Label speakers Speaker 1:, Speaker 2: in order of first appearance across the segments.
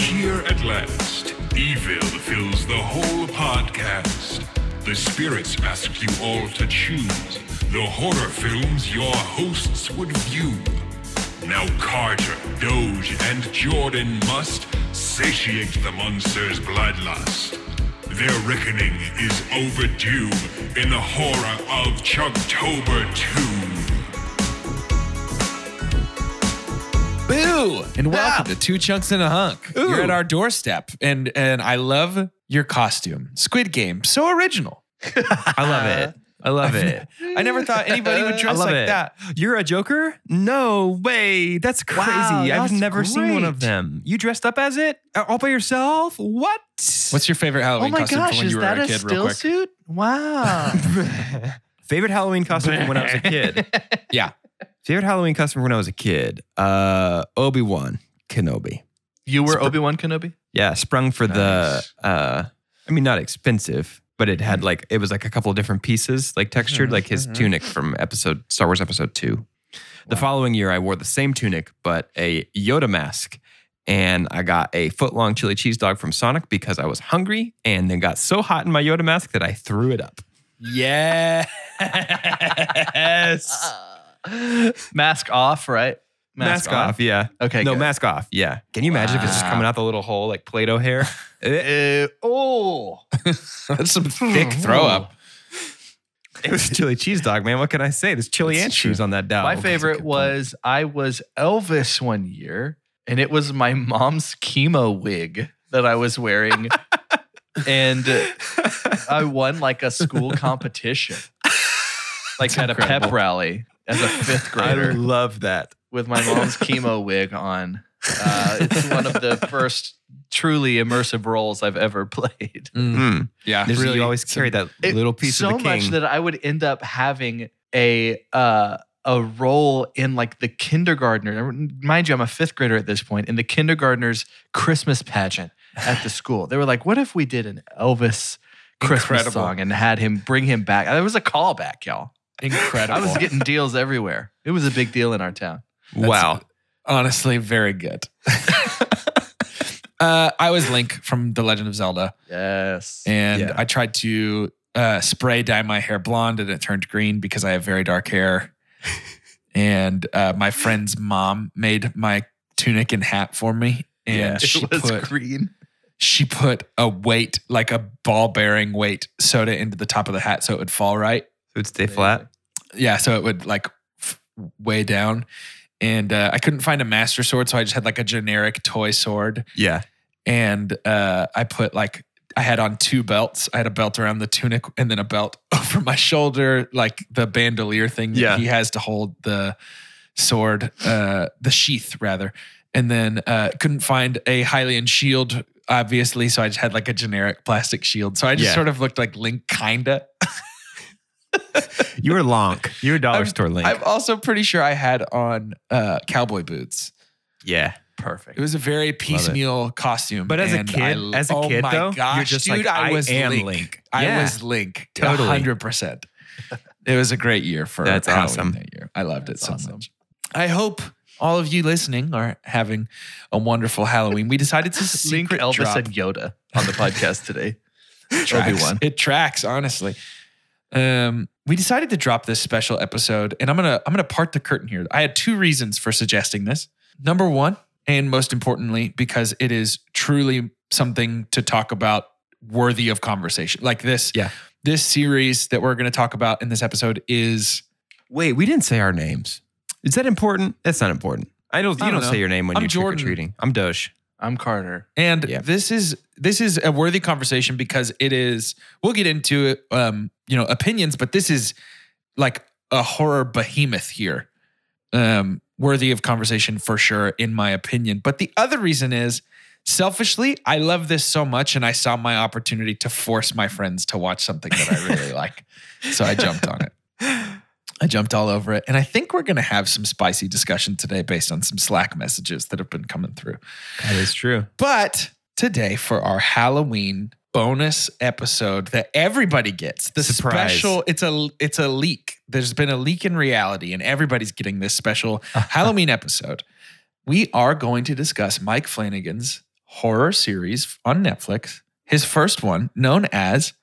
Speaker 1: at last. Evil fills the whole podcast. The spirits ask you all to choose the horror films your hosts would view. Now Carter, Doge, and Jordan must satiate the monster's bloodlust. Their reckoning is overdue in the horror of Chugtober 2.
Speaker 2: Boo!
Speaker 3: And welcome
Speaker 2: Ah.
Speaker 3: to Two Chunks and a Hunk.
Speaker 2: Ooh.
Speaker 3: You're at our doorstep, and and I love your costume, Squid Game, so original.
Speaker 4: I love it. I love it.
Speaker 3: I never thought anybody would dress
Speaker 4: love
Speaker 3: like
Speaker 4: it.
Speaker 3: that.
Speaker 4: You're a Joker? No way. That's crazy. I've
Speaker 2: that's
Speaker 4: never seen one of
Speaker 2: great.
Speaker 4: them. You dressed up as it Uh, all by yourself? What?
Speaker 3: What's your favorite
Speaker 2: Oh
Speaker 3: Halloween
Speaker 2: my
Speaker 3: costume
Speaker 2: gosh,
Speaker 3: from when
Speaker 2: is
Speaker 3: you were
Speaker 2: that
Speaker 3: a
Speaker 2: a
Speaker 3: kid? real
Speaker 2: still
Speaker 3: quick,
Speaker 2: suit? Wow.
Speaker 4: favorite Halloween costume from when I was a kid?
Speaker 3: Yeah.
Speaker 4: Favorite Halloween costume from when I was a kid? Uh, Obi Wan Kenobi.
Speaker 2: you were
Speaker 4: Spr-
Speaker 2: Obi Wan Kenobi?
Speaker 4: Yeah, sprung for
Speaker 3: Nice.
Speaker 4: the. uh I mean, not expensive, but it had like it was like a couple of different pieces, like textured, like his tunic from episode Star Wars Episode Two. The following year, I wore the same tunic but a Yoda mask, and I got a foot long chili cheese dog from Sonic because I was hungry, and then got so hot in my Yoda mask that I threw it up.
Speaker 3: yes.
Speaker 2: Mask off, right?
Speaker 4: Mask, off. yeah.
Speaker 2: Okay,
Speaker 4: No
Speaker 2: good.
Speaker 4: mask off, yeah. Can you imagine if it's just
Speaker 3: Wow.
Speaker 4: coming out the little hole like Play-Doh hair? it,
Speaker 2: Uh, oh,
Speaker 3: That's some thick throw up.
Speaker 4: it was chili cheese dog, man. What can I say? There's chili
Speaker 3: Oh, That's
Speaker 4: and
Speaker 3: true.
Speaker 4: cheese on that dog.
Speaker 2: my favorite was I was Elvis one year, and it was my mom's chemo wig that I was wearing, and I won like a school competition, like at a pep
Speaker 3: incredible.
Speaker 2: rally as a fifth
Speaker 4: I
Speaker 2: grader
Speaker 4: love that.
Speaker 2: with my mom's chemo wig on. Uh, it's one of the first truly immersive roles I've ever played.
Speaker 3: Mm, yeah,
Speaker 4: There's-
Speaker 3: really.
Speaker 4: you always carry that
Speaker 2: It-
Speaker 4: little piece
Speaker 2: so
Speaker 4: of the king.
Speaker 2: much that I would end up having a uh, a role in like the kindergartner. Mind you, I'm a fifth grader at this point in the kindergartner's Christmas pageant at the school. They were like, "What if we did an Elvis Christmas
Speaker 3: Incredible.
Speaker 2: song and had him bring him back?" It was a callback, y'all.
Speaker 3: incredible.
Speaker 2: I was getting deals everywhere. It was a big deal in our town.
Speaker 4: wow.
Speaker 3: honestly very good. uh, I was Link from The Legend of Zelda.
Speaker 2: Yes.
Speaker 3: and
Speaker 4: Yeah.
Speaker 3: I tried to uh, spray dye my hair blonde, and it turned green because I have very dark hair. and uh, my friend's mom made my tunic and hat for me, and
Speaker 4: Yeah.
Speaker 3: she
Speaker 2: it was
Speaker 3: put
Speaker 2: green.
Speaker 3: she put a weight, like a ball bearing weight, soda into the top of the hat so it would fall right.
Speaker 4: It would stay flat.
Speaker 3: Yeah, so it would like f- way down. And uh, I couldn't find a master sword, so I just had like a generic toy sword
Speaker 4: Yeah.
Speaker 3: and uh, I put like I had on two belts. I had a belt around the tunic and then a belt over my shoulder, like the bandolier thing that
Speaker 4: Yeah.
Speaker 3: he has to hold the sword, uh, the sheath rather. And then uh, couldn't find a Hylian shield, obviously, so I just had like a generic plastic shield. So I just
Speaker 4: Yeah.
Speaker 3: sort of looked like Link, kinda.
Speaker 4: You were Lonk. You were dollar
Speaker 3: I'm-
Speaker 4: store Link.
Speaker 3: I'm also pretty sure I had on uh, cowboy boots.
Speaker 4: yeah.
Speaker 2: Perfect.
Speaker 3: It was a very piecemeal costume.
Speaker 4: But as a
Speaker 3: and
Speaker 4: kid,
Speaker 3: I-
Speaker 4: as a
Speaker 3: oh
Speaker 4: kid
Speaker 3: my
Speaker 4: though,
Speaker 3: gosh,
Speaker 4: you're just
Speaker 3: dude,
Speaker 4: like
Speaker 3: I,
Speaker 4: I,
Speaker 3: was
Speaker 4: am
Speaker 3: Link. I
Speaker 4: Yeah.
Speaker 3: was Link.
Speaker 4: Totally.
Speaker 3: Hundred percent. It was a great year for
Speaker 4: That's
Speaker 3: Halloween
Speaker 4: awesome.
Speaker 3: that year. I loved
Speaker 2: That's
Speaker 3: it so
Speaker 2: awesome.
Speaker 3: much. I hope all of you listening are having a wonderful Halloween. We decided to
Speaker 2: Link
Speaker 3: secret
Speaker 2: Elvis
Speaker 3: drop
Speaker 2: and Yoda on the podcast today.
Speaker 3: tracks.
Speaker 2: Obi-Wan.
Speaker 3: It tracks, honestly. Um, we decided to drop this special episode, and I'm gonna I'm gonna part the curtain here. I had two reasons for suggesting this. Number one, and most importantly, because it is truly something to talk about worthy of conversation. Like this,
Speaker 4: Yeah.
Speaker 3: This series that we're gonna talk about in this episode is
Speaker 4: Wait, we didn't say our names. Is that important? That's not important. I don't. You
Speaker 3: I
Speaker 4: don't,
Speaker 3: don't know.
Speaker 4: say your name when
Speaker 3: I'm
Speaker 4: you're trick or
Speaker 3: Jordan.
Speaker 4: treating. I'm Doge.
Speaker 2: I'm Carter.
Speaker 3: and
Speaker 4: Yeah.
Speaker 3: this is this is a worthy conversation because it is we'll get into um, you know, opinions, but this is like a horror behemoth here. um, worthy of conversation for sure, in my opinion. But the other reason is selfishly, I love this so much and I saw my opportunity to force my friends to watch something that I really like. So I jumped on it. I jumped all over it. And I think we're going to have some spicy discussion today based on some Slack messages that have been coming through.
Speaker 4: That is true.
Speaker 3: But today, for our Halloween bonus episode that everybody gets, the
Speaker 4: Surprise.
Speaker 3: special it's a it's a leak. There's been a leak in reality, and everybody's getting this special Halloween episode. We are going to discuss Mike Flanagan's horror series on Netflix. His first one, known as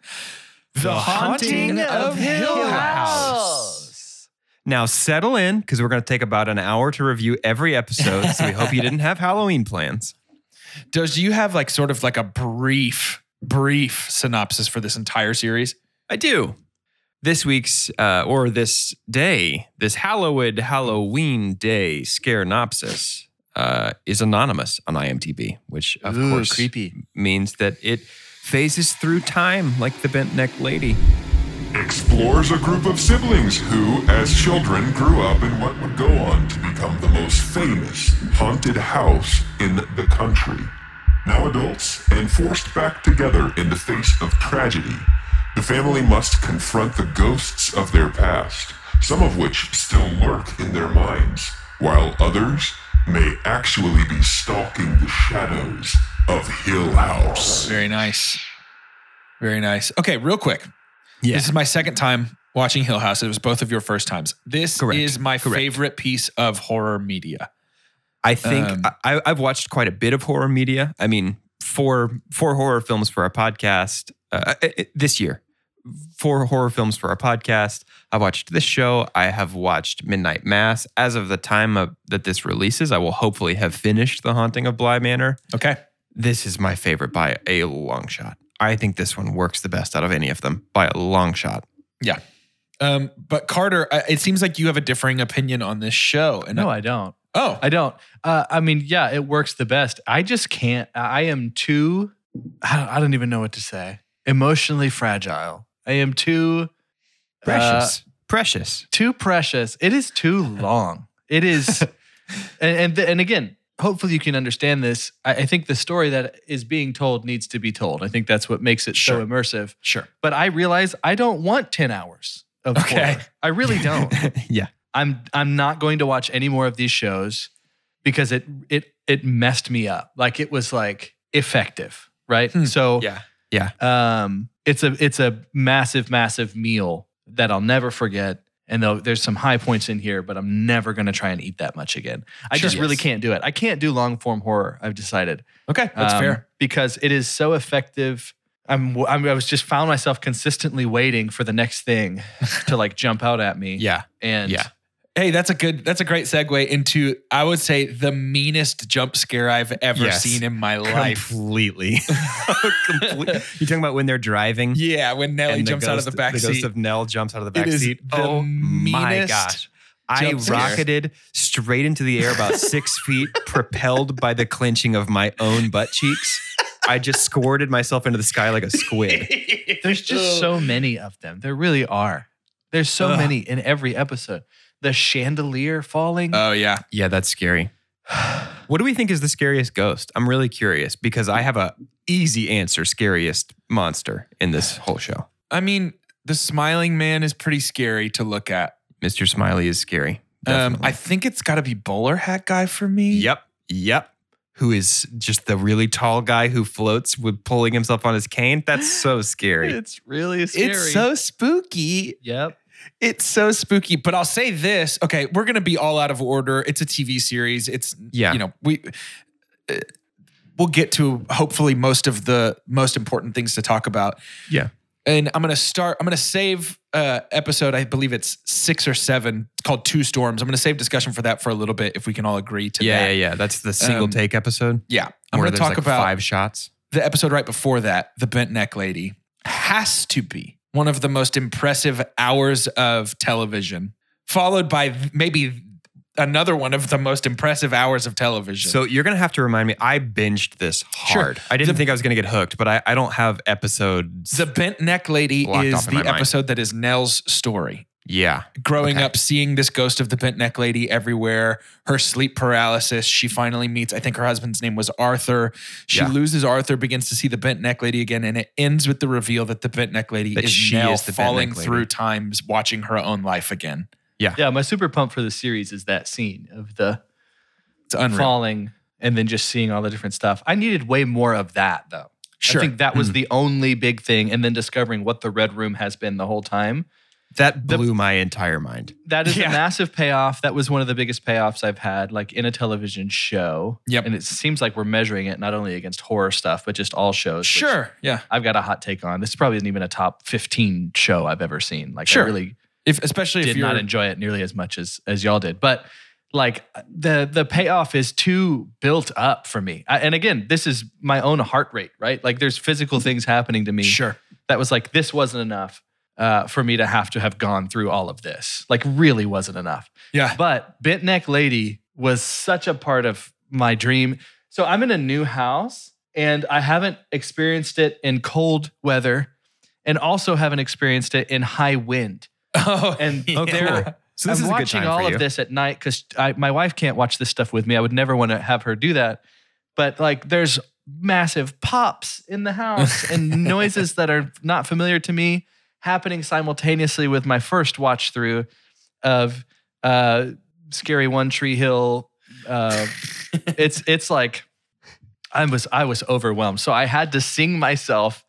Speaker 3: The
Speaker 2: Haunting of Hill
Speaker 5: House.
Speaker 4: Now settle in because we're going to take about an hour to review every episode. So we hope you didn't have Halloween plans.
Speaker 3: Does you have like sort of like a brief, brief synopsis for this entire series?
Speaker 4: I do. This week's uh, or this day, this hallowed Halloween day scarenopsis uh, is anonymous on IMDb, which of
Speaker 2: Ooh,
Speaker 4: course
Speaker 2: creepy.
Speaker 4: means that it phases through time like the bent neck lady.
Speaker 1: explores a group of siblings who, as children, grew up in what would go on to become the most famous haunted house in the country. Now adults and forced back together in the face of tragedy, the family must confront the ghosts of their past, some of which still lurk in their minds, while others may actually be stalking the shadows of Hill House.
Speaker 3: Very nice. Very nice. Okay, real quick.
Speaker 4: Yeah.
Speaker 3: This is my second time watching Hill House. It was both of your first times. This
Speaker 4: Correct.
Speaker 3: is my favorite piece of horror media.
Speaker 4: I think
Speaker 3: Um,
Speaker 4: I, I've watched quite a bit of horror media. I mean, four four horror films for our podcast uh, i- i- this year. Four horror films for our podcast. I watched this show. I have watched Midnight Mass. As of the time of, that this releases, I will hopefully have finished The Haunting of Bly Manor.
Speaker 3: Okay.
Speaker 4: This is my favorite by a long shot. I think this one works the best out of any of them by a long shot.
Speaker 3: Um, but Carter, I- it seems like you have a differing opinion on this show. And
Speaker 2: No, I don't.
Speaker 3: oh,
Speaker 2: I don't. Uh, I mean, yeah, it works the best. I just can't. I I am too. I don't, I don't even know what to say. Emotionally fragile. I am too uh,
Speaker 4: Precious, precious.
Speaker 2: too precious. It is too long. It is, and and, th- and again, hopefully you can understand this. I, I think the story that is being told needs to be told. I think that's what makes it
Speaker 3: Sure.
Speaker 2: so immersive.
Speaker 3: sure.
Speaker 2: But I realize I don't want ten hours of
Speaker 3: Okay.
Speaker 2: horror. I really don't.
Speaker 4: yeah,
Speaker 2: I'm I'm not going to watch any more of these shows because it it it messed me up. Like it was like effective, right?
Speaker 3: Hmm.
Speaker 2: So
Speaker 4: yeah.
Speaker 2: um, it's a it's a massive massive meal that I'll never forget. And though there's some high points in here, but I'm never going to try and eat that much again. I
Speaker 3: Sure.
Speaker 2: just really
Speaker 3: Yes.
Speaker 2: can't do it. I can't do long form horror. I've decided
Speaker 3: Okay, that's
Speaker 2: um,
Speaker 3: fair.
Speaker 2: because it is so effective. I'm, I'm I was just found myself consistently waiting for the next thing to like jump out at me.
Speaker 4: Yeah.
Speaker 2: and
Speaker 4: Yeah.
Speaker 3: Hey, that's a good, that's a great segue into, I would say, the meanest jump scare I've ever
Speaker 4: Yes.
Speaker 3: seen in my life.
Speaker 4: Completely. Comple- You're talking about when they're driving.
Speaker 3: Yeah, when Nelly
Speaker 4: and the
Speaker 3: E jumps out of the
Speaker 4: ghost-
Speaker 3: back
Speaker 4: the
Speaker 3: seat.
Speaker 4: ghost of Nell jumps out of the
Speaker 3: It
Speaker 4: back
Speaker 3: is
Speaker 4: seat.
Speaker 3: the
Speaker 4: oh my
Speaker 3: meanest
Speaker 4: gosh. I
Speaker 3: jump scare.
Speaker 4: rocketed straight into the air about six feet, propelled by the clenching of my own butt cheeks. I just squirted myself into the sky like a squid.
Speaker 2: There's just so many of them. There really are. There's so
Speaker 4: Ugh.
Speaker 2: many in every episode. The chandelier falling.
Speaker 3: oh yeah.
Speaker 4: Yeah, that's scary.
Speaker 3: Uh,
Speaker 4: What do we think is the scariest ghost? I'm really curious because I have a easy answer scariest monster in this whole show.
Speaker 3: I mean, the smiling man is pretty scary to look at.
Speaker 4: Mr. Smiley is scary.
Speaker 3: Um,
Speaker 4: Definitely.
Speaker 3: I think it's got to be bowler hat guy for me.
Speaker 4: Yep. Yep. Who is just the really tall guy who floats with pulling himself on his cane? That's so scary.
Speaker 2: it's really
Speaker 3: It's so spooky.
Speaker 2: Yep.
Speaker 3: It's so spooky. But I'll say this. Okay, we're gonna be all out of order. It's a TV series. It's
Speaker 4: Yeah.
Speaker 3: You know we. uh, We'll get to hopefully most of the most important things to talk about.
Speaker 4: Yeah.
Speaker 3: And I'm gonna start. I'm gonna save uh, episode. I believe it's six or seven called Two Storms. I'm gonna save discussion for that for a little bit if we can all agree to that.
Speaker 4: Yeah, yeah, yeah. That's the single
Speaker 3: Um,
Speaker 4: take episode.
Speaker 3: Yeah. I'm
Speaker 4: where
Speaker 3: going to
Speaker 4: there's,
Speaker 3: talk
Speaker 4: like,
Speaker 3: about
Speaker 4: five shots.
Speaker 3: the episode right before that, the bent neck lady has to be one of the most impressive hours of television, followed by maybe another one of the most impressive hours of television.
Speaker 4: So you're gonna have to remind me. I binged this
Speaker 3: Sure.
Speaker 4: hard. I didn't
Speaker 3: The-
Speaker 4: think I was gonna get hooked, but I, I don't have episodes.
Speaker 3: the bent neck lady
Speaker 4: Blocked
Speaker 3: is
Speaker 4: off in
Speaker 3: the
Speaker 4: my mind.
Speaker 3: episode that is Nell's story.
Speaker 4: yeah,
Speaker 3: Growing
Speaker 4: Okay.
Speaker 3: up, seeing this ghost of the bent neck lady everywhere, her sleep paralysis. She finally meets, I think her husband's name was Arthur. She
Speaker 4: Yeah.
Speaker 3: loses Arthur, begins to see the bent neck lady again, and it ends with the reveal that the bent neck lady
Speaker 4: That
Speaker 3: is
Speaker 4: she
Speaker 3: now
Speaker 4: is the bent
Speaker 3: falling
Speaker 4: neck lady.
Speaker 3: through times, watching her own life again.
Speaker 2: Yeah, my super pump for the series is that scene of the
Speaker 3: It's unreal.
Speaker 2: falling and then just seeing all the different stuff. I needed way more of that though.
Speaker 3: Sure. Mm-hmm.
Speaker 2: I think that was the only big thing. And then discovering what the Red Room has been the whole time.
Speaker 4: That
Speaker 2: The-
Speaker 4: blew my entire mind.
Speaker 2: That is
Speaker 3: Yeah.
Speaker 2: a massive payoff. That was one of the biggest payoffs I've had, like in a television show.
Speaker 3: Yep.
Speaker 2: And it seems like we're measuring it not only against horror stuff, but just all shows. which
Speaker 3: Sure. Yeah.
Speaker 2: I've got a hot take on. This probably isn't even a top 15 show I've ever seen. Like,
Speaker 3: Sure.
Speaker 2: I really
Speaker 3: If especially if
Speaker 2: did
Speaker 3: you're
Speaker 2: not enjoy it nearly as much as as y'all did. But like the the payoff is too built up for me. I, and again, this is my own heart rate, right? Like there's physical things happening to me
Speaker 3: sure.
Speaker 2: that was like this wasn't enough uh, for me to have to have gone through all of this. Like really wasn't enough.
Speaker 3: Yeah.
Speaker 2: But bent neck lady was such a part of my dream. So I'm in a new house and I haven't experienced it in cold weather, and also haven't experienced it in high wind.
Speaker 3: Oh,
Speaker 2: And
Speaker 3: yeah.
Speaker 2: there-
Speaker 4: So this is
Speaker 2: I'm
Speaker 4: a good
Speaker 2: watching
Speaker 4: time
Speaker 2: all
Speaker 4: for
Speaker 2: of
Speaker 4: you.
Speaker 2: this at night because my wife can't watch this stuff with me. I would never want to have her do that. But like, there's massive pops in the house and noises that are not familiar to me happening simultaneously with my first watch through of uh, Scary One Tree Hill. Uh, it's it's like I was I was overwhelmed, so I had to sing myself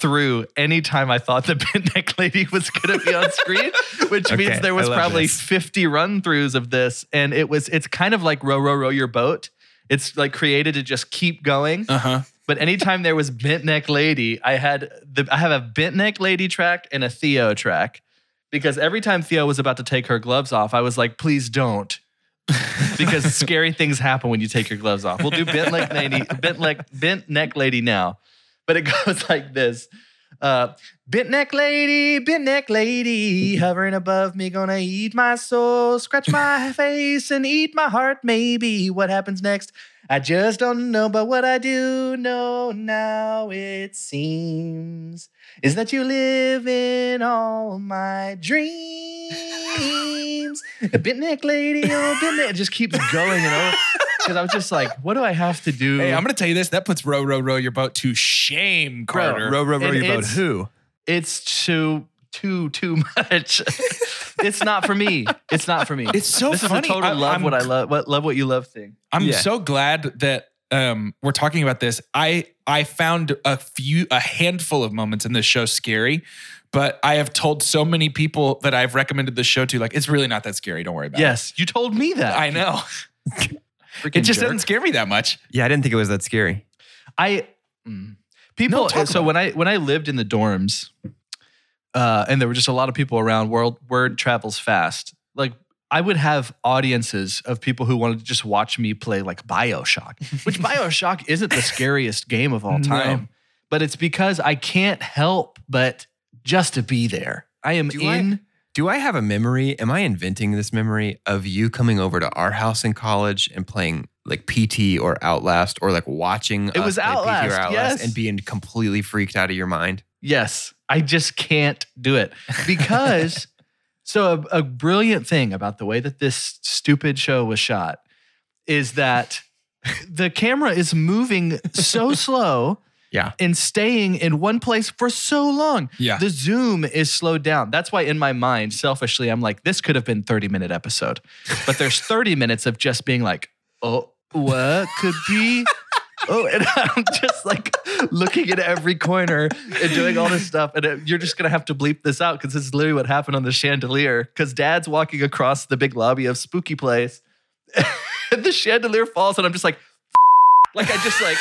Speaker 2: through any time I thought the bent neck lady was going to be on screen, which
Speaker 4: Okay,
Speaker 2: means there was
Speaker 4: I love
Speaker 2: probably
Speaker 4: this.
Speaker 2: 50 run throughs of this. And it was, it's kind of like row, row, row your boat. It's like created to just keep going.
Speaker 3: Uh huh.
Speaker 2: But anytime there was bent neck lady, I had the, I have a bent neck lady track and a Theo track because every time Theo was about to take her gloves off, I was like, please don't. because scary things happen when you take your gloves off. We'll do bent neck lady, bent neck, bent neck lady now but it goes like this. Uh, bent neck lady, bent neck lady, hovering above me, gonna eat my soul, scratch my face and eat my heart, maybe. What happens next? I just don't know, but what I do know now, it seems, is that you live in all my dreams. bent neck lady, oh, bent neck. It just keeps going and over. Because I was just like, what do I have to do?
Speaker 3: Hey, I'm gonna tell you this. That puts row, row, row your boat to shame,
Speaker 2: Bro,
Speaker 3: Carter.
Speaker 4: row, row, row
Speaker 2: And
Speaker 4: your boat.
Speaker 2: it's-
Speaker 4: Who?
Speaker 2: it's too too too much. it's not for me. It's not for me.
Speaker 3: It's so
Speaker 2: this
Speaker 3: funny.
Speaker 2: is a total
Speaker 3: I-
Speaker 2: love
Speaker 3: I'm-
Speaker 2: what I love what love what you love thing.
Speaker 3: I'm
Speaker 4: Yeah.
Speaker 3: so glad that um, we're talking about this. I I found a few a handful of moments in this show scary, but I have told so many people that I've recommended this show to, like, it's really not that scary. Don't worry about
Speaker 2: Yes, you told me
Speaker 3: it.
Speaker 2: that.
Speaker 3: I know.
Speaker 2: Freaking
Speaker 3: It just
Speaker 2: jerk.
Speaker 3: doesn't scare me that much.
Speaker 4: Yeah, I didn't think it was that scary.
Speaker 2: I mm. people.
Speaker 3: No, talk
Speaker 2: so
Speaker 3: about
Speaker 2: when I when I lived in the dorms, uh, and there were just a lot of people around. World word travels fast. Like I would have audiences of people who wanted to just watch me play like Bioshock, which Bioshock isn't the scariest game of all
Speaker 3: No.
Speaker 2: time, but it's because I can't help but just to be there. I am
Speaker 4: Do I-
Speaker 2: in.
Speaker 4: Do I have a memory? Am I inventing this memory of you coming over to our house in college and playing like PT or Outlast or like watching
Speaker 2: It was
Speaker 4: play PT
Speaker 2: Outlast,
Speaker 4: or Outlast
Speaker 2: yes.
Speaker 4: and being completely freaked out of your mind?
Speaker 2: Yes, I just can't do it because. so, a, a brilliant thing about the way that this stupid show was shot is that the camera is moving so slow.
Speaker 4: Yeah.
Speaker 2: And staying in one place for so long.
Speaker 3: Yeah.
Speaker 2: The zoom is slowed down. That's why, in my mind, selfishly, I'm like, this could have been 30 minute episode. But there's 30 minutes of just being like, oh, what could be? Oh, and I'm just like looking at every corner and doing all this stuff. And it- you're just going to have to bleep this out because this is literally what happened on the chandelier. Because dad's walking across the big lobby of Spooky Place and the chandelier falls. And I'm just like, like, I just like,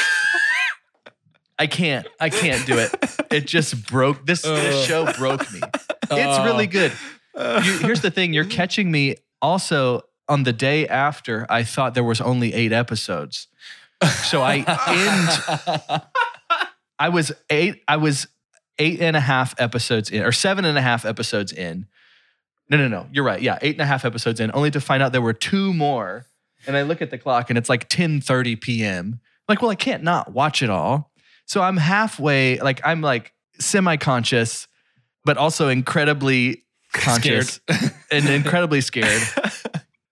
Speaker 2: I can't, I can't do it. It just broke. This,
Speaker 3: Ugh.
Speaker 2: this show broke me. It's
Speaker 3: Oh.
Speaker 2: really good. You, here's the thing you're catching me also on the day after I thought there was only eight episodes. So I end I was eight. I was eight and a half episodes in, or seven and a half episodes in. No, no, no. You're right. Yeah, eight and a half episodes in, only to find out there were two more. And I look at the clock, and it's like 10:30 p.m. I'm like, well, I can't not watch it all. So I'm halfway. Like I'm like semi-conscious, but also incredibly conscious and incredibly scared.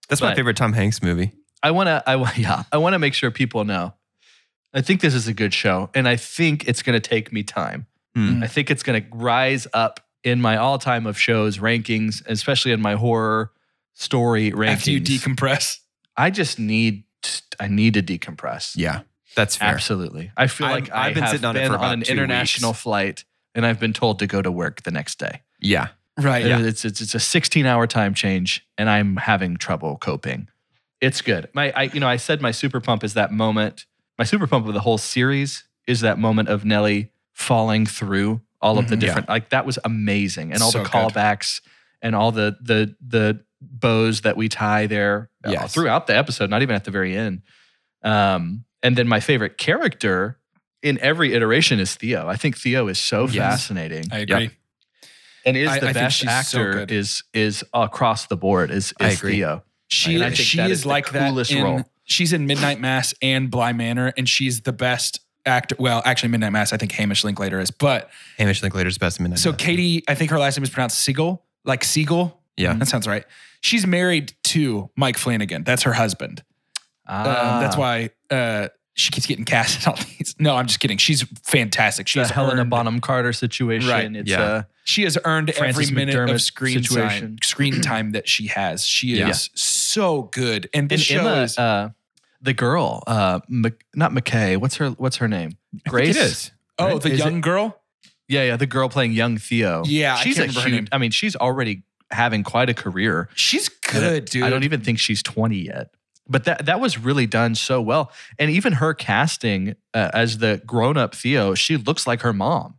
Speaker 4: That's my
Speaker 2: But-
Speaker 4: favorite Tom Hanks movie.
Speaker 2: I want to. I wa- yeah. I want to make sure people know. I think this is a good show, and I think it's going to take me time.
Speaker 4: Hmm.
Speaker 2: I think it's going to rise up in my all-time of shows rankings, especially in my horror story rankings.
Speaker 3: After you decompress.
Speaker 2: I just need. I need to decompress.
Speaker 4: Yeah, that's fair.
Speaker 2: Absolutely. I feel
Speaker 4: I'm-
Speaker 2: like I
Speaker 4: I've been
Speaker 2: have
Speaker 4: sitting on it
Speaker 2: been
Speaker 4: for
Speaker 2: on
Speaker 4: about
Speaker 2: an
Speaker 4: two
Speaker 2: international flight, and I've been told to go to work the next day.
Speaker 4: Yeah,
Speaker 3: Right.
Speaker 2: And It's, it's it's a 16 hour time change, and I'm having trouble coping. It's good. My I you know I said my super pump is that moment. My super pump of the whole series is that moment of Nelly falling through all of the
Speaker 3: Mhm.
Speaker 2: different like that was amazing, and all
Speaker 3: So
Speaker 2: the
Speaker 3: good.
Speaker 2: callbacks and all the the the bows that we tie there uh,
Speaker 4: Yes.
Speaker 2: throughout the episode, not even at the very end. Um, and then my favorite character in every iteration is Theo. I think Theo is so
Speaker 4: Yes.
Speaker 2: fascinating
Speaker 3: I agree.
Speaker 2: and is
Speaker 3: I-
Speaker 2: the
Speaker 3: I think
Speaker 2: best
Speaker 3: she's so
Speaker 2: actor
Speaker 3: good.
Speaker 2: is is across the board is,
Speaker 4: I
Speaker 2: is
Speaker 4: agree.
Speaker 2: Theo.
Speaker 3: She
Speaker 2: And I think
Speaker 3: she
Speaker 2: that
Speaker 3: is
Speaker 2: is the
Speaker 3: like that.
Speaker 2: coolest
Speaker 3: in-
Speaker 2: role.
Speaker 3: She's in Midnight Mass and Bly Manor, and she's the best actor. Well, actually, Midnight Mass. I think Hamish Linklater is, but
Speaker 4: Hamish Linklater's best in Midnight
Speaker 3: so
Speaker 4: Mass.
Speaker 3: Katie. I think her last name is pronounced Siegel, like Siegel.
Speaker 4: Yeah.
Speaker 3: that sounds right. She's married to Mike Flanagan. That's her husband. Um,
Speaker 4: Ah.
Speaker 3: that's why uh, she keeps getting cast in all these. No, I'm just kidding. She's fantastic.
Speaker 2: the
Speaker 3: She's
Speaker 2: Helena
Speaker 3: earned-
Speaker 2: Bonham Carter situation.
Speaker 3: Right,
Speaker 2: It's
Speaker 4: yeah.
Speaker 2: uh,
Speaker 3: She has earned
Speaker 2: Frances
Speaker 3: every minute
Speaker 2: McDermott
Speaker 3: of screen
Speaker 2: situation.
Speaker 3: time, screen time that she has. She is
Speaker 4: Yeah.
Speaker 3: so good, and
Speaker 2: and
Speaker 3: this show
Speaker 2: Emma,
Speaker 3: is
Speaker 2: uh, the girl, uh, Mc, not McKay. What's her What's her name? Grace.
Speaker 4: It is.
Speaker 3: oh
Speaker 2: right?
Speaker 3: the
Speaker 2: Is
Speaker 3: young girl.
Speaker 2: Yeah, yeah. The girl playing young Theo.
Speaker 3: Yeah, I
Speaker 2: she's
Speaker 3: can't
Speaker 2: a
Speaker 3: remember her name.
Speaker 2: huge. I mean, she's already having quite a career.
Speaker 3: She's
Speaker 2: And I-
Speaker 3: good, dude.
Speaker 2: I
Speaker 4: e-
Speaker 2: don't even think she's 20 yet. But that that was really done so well, and even her casting uh, as the grown up Theo, she looks like her mom,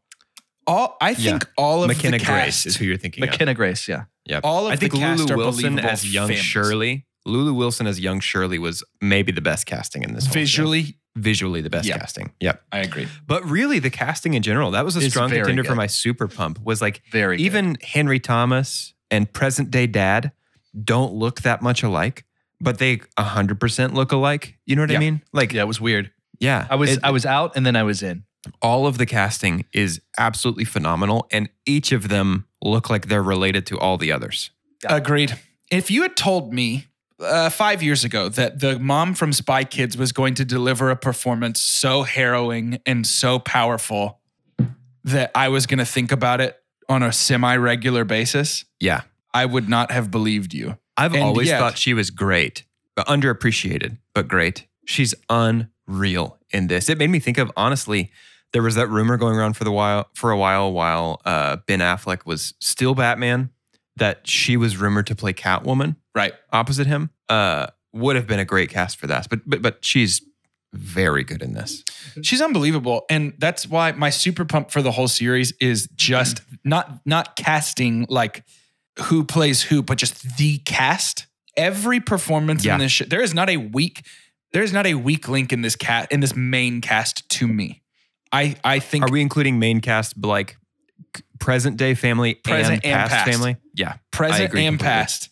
Speaker 3: all I think all of
Speaker 4: McKenna
Speaker 3: the
Speaker 4: Grace
Speaker 3: cast,
Speaker 4: is who you're thinking of.
Speaker 2: McKenna Grace. Yeah,
Speaker 4: Yeah.
Speaker 3: all of
Speaker 4: I think
Speaker 3: the cast
Speaker 4: Lulu
Speaker 3: are
Speaker 4: Wilson
Speaker 3: believable
Speaker 4: as young
Speaker 3: families.
Speaker 4: Shirley. Lulu Wilson as young Shirley was maybe the best casting in this whole show.
Speaker 3: Visually,
Speaker 4: visually the best
Speaker 3: Yeah.
Speaker 4: casting. Yep.
Speaker 3: I agree.
Speaker 4: But really, the casting in general that was a
Speaker 2: It's
Speaker 4: strong
Speaker 2: very
Speaker 4: contender for
Speaker 2: good.
Speaker 4: my super pump. Was like
Speaker 2: very good.
Speaker 4: even Henry Thomas and present day dad don't look that much alike, but they hundred percent look alike. You know what I
Speaker 2: Yeah.
Speaker 4: mean? Like
Speaker 2: Yeah, it was weird.
Speaker 4: yeah,
Speaker 2: I was
Speaker 4: It-
Speaker 2: I was out and then I was in.
Speaker 4: all of the casting is absolutely phenomenal, and each of them look like they're related to all the others.
Speaker 2: Yeah.
Speaker 3: Agreed. If you had told me uh, five years ago that the mom from Spy Kids was going to deliver a performance so harrowing and so powerful that I was going to think about it on a semi regular basis,
Speaker 4: Yeah,
Speaker 3: I would not have believed you.
Speaker 4: I've
Speaker 3: And
Speaker 4: always
Speaker 3: yet-
Speaker 4: thought she was great, but underappreciated, but great. She's unreal in this. It made me think of honestly, there was that rumor going around for the while for a while while uh, Ben Affleck was still Batman that she was rumored to play Catwoman
Speaker 3: Right.
Speaker 4: opposite him. Uh, would have been a great cast for that, but but but she's very good in this.
Speaker 3: She's unbelievable, and that's why my super pump for the whole series is
Speaker 4: Mm-hmm.
Speaker 3: just not not casting like who plays who, but just the cast. Every performance
Speaker 4: Yeah.
Speaker 3: in this show, there is not a weak, there is not a weak link in this cat in this main cast to me. I I think
Speaker 4: Are we including main cast but like c- present day family
Speaker 3: Present
Speaker 4: and
Speaker 3: and
Speaker 4: past
Speaker 3: past.
Speaker 4: family? Yeah. I
Speaker 3: present
Speaker 4: agree
Speaker 3: and
Speaker 4: completely.
Speaker 3: past,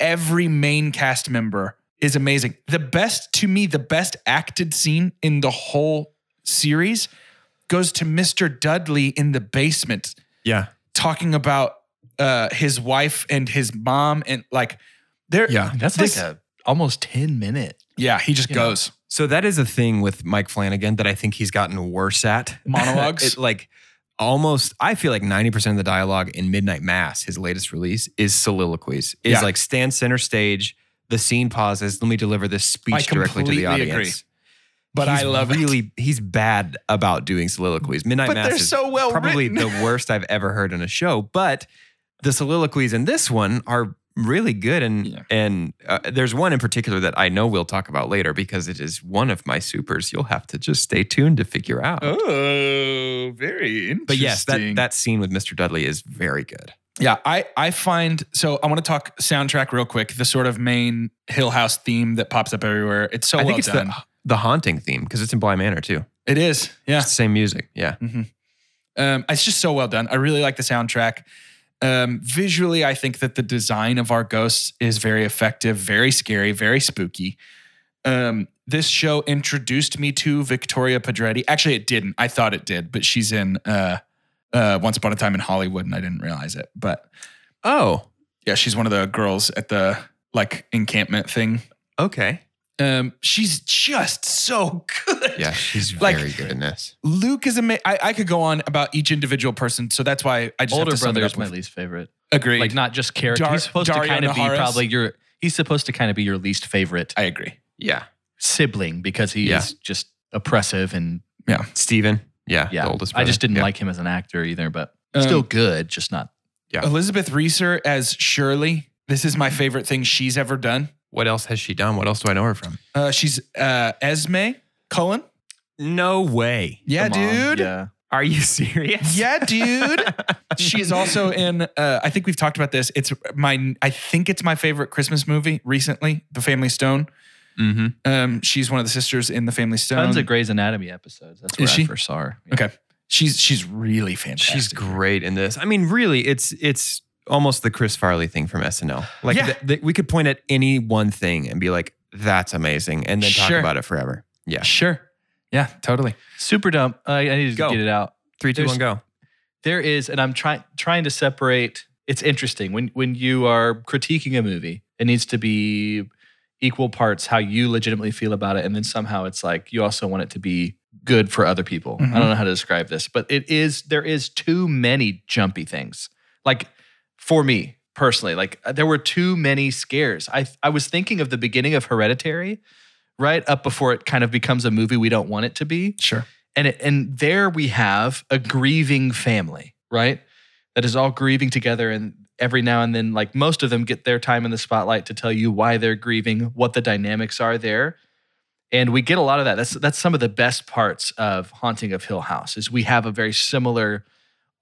Speaker 3: every main cast member is amazing. The best to me, the best acted scene in the whole series goes to Mr. Dudley in the basement.
Speaker 4: Yeah.
Speaker 3: talking about uh his wife and his mom and like there
Speaker 4: Yeah.
Speaker 2: That's
Speaker 3: This-
Speaker 2: like a almost 10 minute.
Speaker 3: yeah he just
Speaker 2: Yeah.
Speaker 3: goes
Speaker 4: So that is a thing with Mike Flanagan that I think he's gotten worse at.
Speaker 3: Monologues?
Speaker 4: It, like almost I feel like 90% of the dialogue in Midnight Mass, his latest release, is soliloquies. Is
Speaker 3: Yeah.
Speaker 4: like stand center stage, the scene pauses, let me deliver this speech directly to
Speaker 3: completely
Speaker 4: the
Speaker 3: agree.
Speaker 4: audience.
Speaker 3: but
Speaker 4: He's
Speaker 3: i love
Speaker 4: really
Speaker 3: it
Speaker 4: he's bad about doing soliloquies. Midnight
Speaker 3: but
Speaker 4: Mass
Speaker 3: they're
Speaker 4: is
Speaker 3: so well
Speaker 4: probably
Speaker 3: written.
Speaker 4: the worst I've ever heard on a show. But the soliloquies in this one are really good, and
Speaker 3: Yeah.
Speaker 4: and uh, there's one in particular that I know we'll talk about later because it is one of my supers. You'll have to just stay tuned to figure out.
Speaker 3: oh very interesting
Speaker 4: but yes, that that scene with Mr. Dudley is very good.
Speaker 3: yeah i i find so i want to talk soundtrack real quick the sort of main hill house theme that pops up everywhere it's so
Speaker 4: I think
Speaker 3: well
Speaker 4: it's
Speaker 3: done
Speaker 4: the the haunting theme because it's in Bly Manor too.
Speaker 3: it is yeah
Speaker 4: It's the same music. Yeah,
Speaker 3: Um, it's just so well done. I really like the soundtrack. Um, visually, I think that the design of our ghosts is very effective, very scary, very spooky. Um, this show introduced me to Victoria Pedretti. Actually, it didn't. I thought it did, but she's in uh, uh, Once Upon a Time in Hollywood, and I didn't realize it. But
Speaker 4: Oh,
Speaker 3: yeah, she's one of the girls at the like encampment thing.
Speaker 4: okay.
Speaker 3: Um, she's just so good.
Speaker 4: Yeah, she's
Speaker 3: Like-
Speaker 4: very good in this.
Speaker 3: Luke is amazing. I, I could go on about each individual person, so that's why I just
Speaker 2: Older
Speaker 3: have to sum
Speaker 2: brother
Speaker 3: it up
Speaker 2: is my
Speaker 3: with-
Speaker 2: least favorite.
Speaker 3: Agreed.
Speaker 2: Like not just character.
Speaker 3: Dar-
Speaker 2: he's supposed to
Speaker 3: Dario
Speaker 2: kind of be
Speaker 3: Naharis?
Speaker 2: probably your he's supposed to kind of be your least favorite
Speaker 3: I agree.
Speaker 4: Yeah,
Speaker 2: sibling because he
Speaker 4: Yeah.
Speaker 2: is just oppressive and
Speaker 4: Steven. Yeah,
Speaker 2: yeah.
Speaker 4: the oldest.
Speaker 2: I just
Speaker 4: brother.
Speaker 2: didn't
Speaker 4: Yeah.
Speaker 2: like him as an actor either, but
Speaker 3: Um,
Speaker 2: still good, just not
Speaker 4: Yeah.
Speaker 3: Elizabeth Reeser as Shirley. This is my favorite thing she's ever done.
Speaker 4: What else has she done? What else do I know her from?
Speaker 3: Uh, she's uh, Esme Cullen.
Speaker 4: No way.
Speaker 3: Yeah,
Speaker 2: The mom,
Speaker 3: dude.
Speaker 2: Yeah.
Speaker 4: Are you serious?
Speaker 3: Yeah, dude. She's also in. Uh, I think we've talked about this. It's my. I think it's my favorite Christmas movie recently, The Family Stone.
Speaker 4: Mm-hmm.
Speaker 3: Um, she's one of the sisters in The Family Stone.
Speaker 2: Tons of Grey's Anatomy episodes. That's where
Speaker 3: Is she?
Speaker 2: I first saw her. Yeah.
Speaker 3: Okay, she's she's really fantastic.
Speaker 4: She's great in this. I mean, really, it's it's almost the Chris Farley thing from SNL. Like
Speaker 3: Yeah.
Speaker 4: th- th- we could point at any one thing and be like, "That's amazing," and then talk
Speaker 3: Sure.
Speaker 4: about it forever. Yeah,
Speaker 3: Sure. Yeah, totally.
Speaker 2: Super dumb. I, I need to
Speaker 4: Go.
Speaker 2: get it out.
Speaker 4: three, two,
Speaker 2: There's-
Speaker 4: one, go.
Speaker 2: There is, and I'm trying trying to separate. It's interesting when when you are critiquing a movie, it needs to be equal parts how you legitimately feel about it, and then somehow it's like you also want it to be good for other people.
Speaker 3: Mhm.
Speaker 2: I don't know how to describe this, but it is there is too many jumpy things. Like for me personally, like uh, there were too many scares. I I was thinking of the beginning of Hereditary, right up before it kind of becomes a movie we don't want it to be
Speaker 3: Sure.
Speaker 2: and it, and there we have a grieving family right that is all grieving together and every now and then like most of them get their time in the spotlight to tell you why they're grieving what the dynamics are there and we get a lot of that that's that's some of the best parts of haunting of hill house is we have a very similar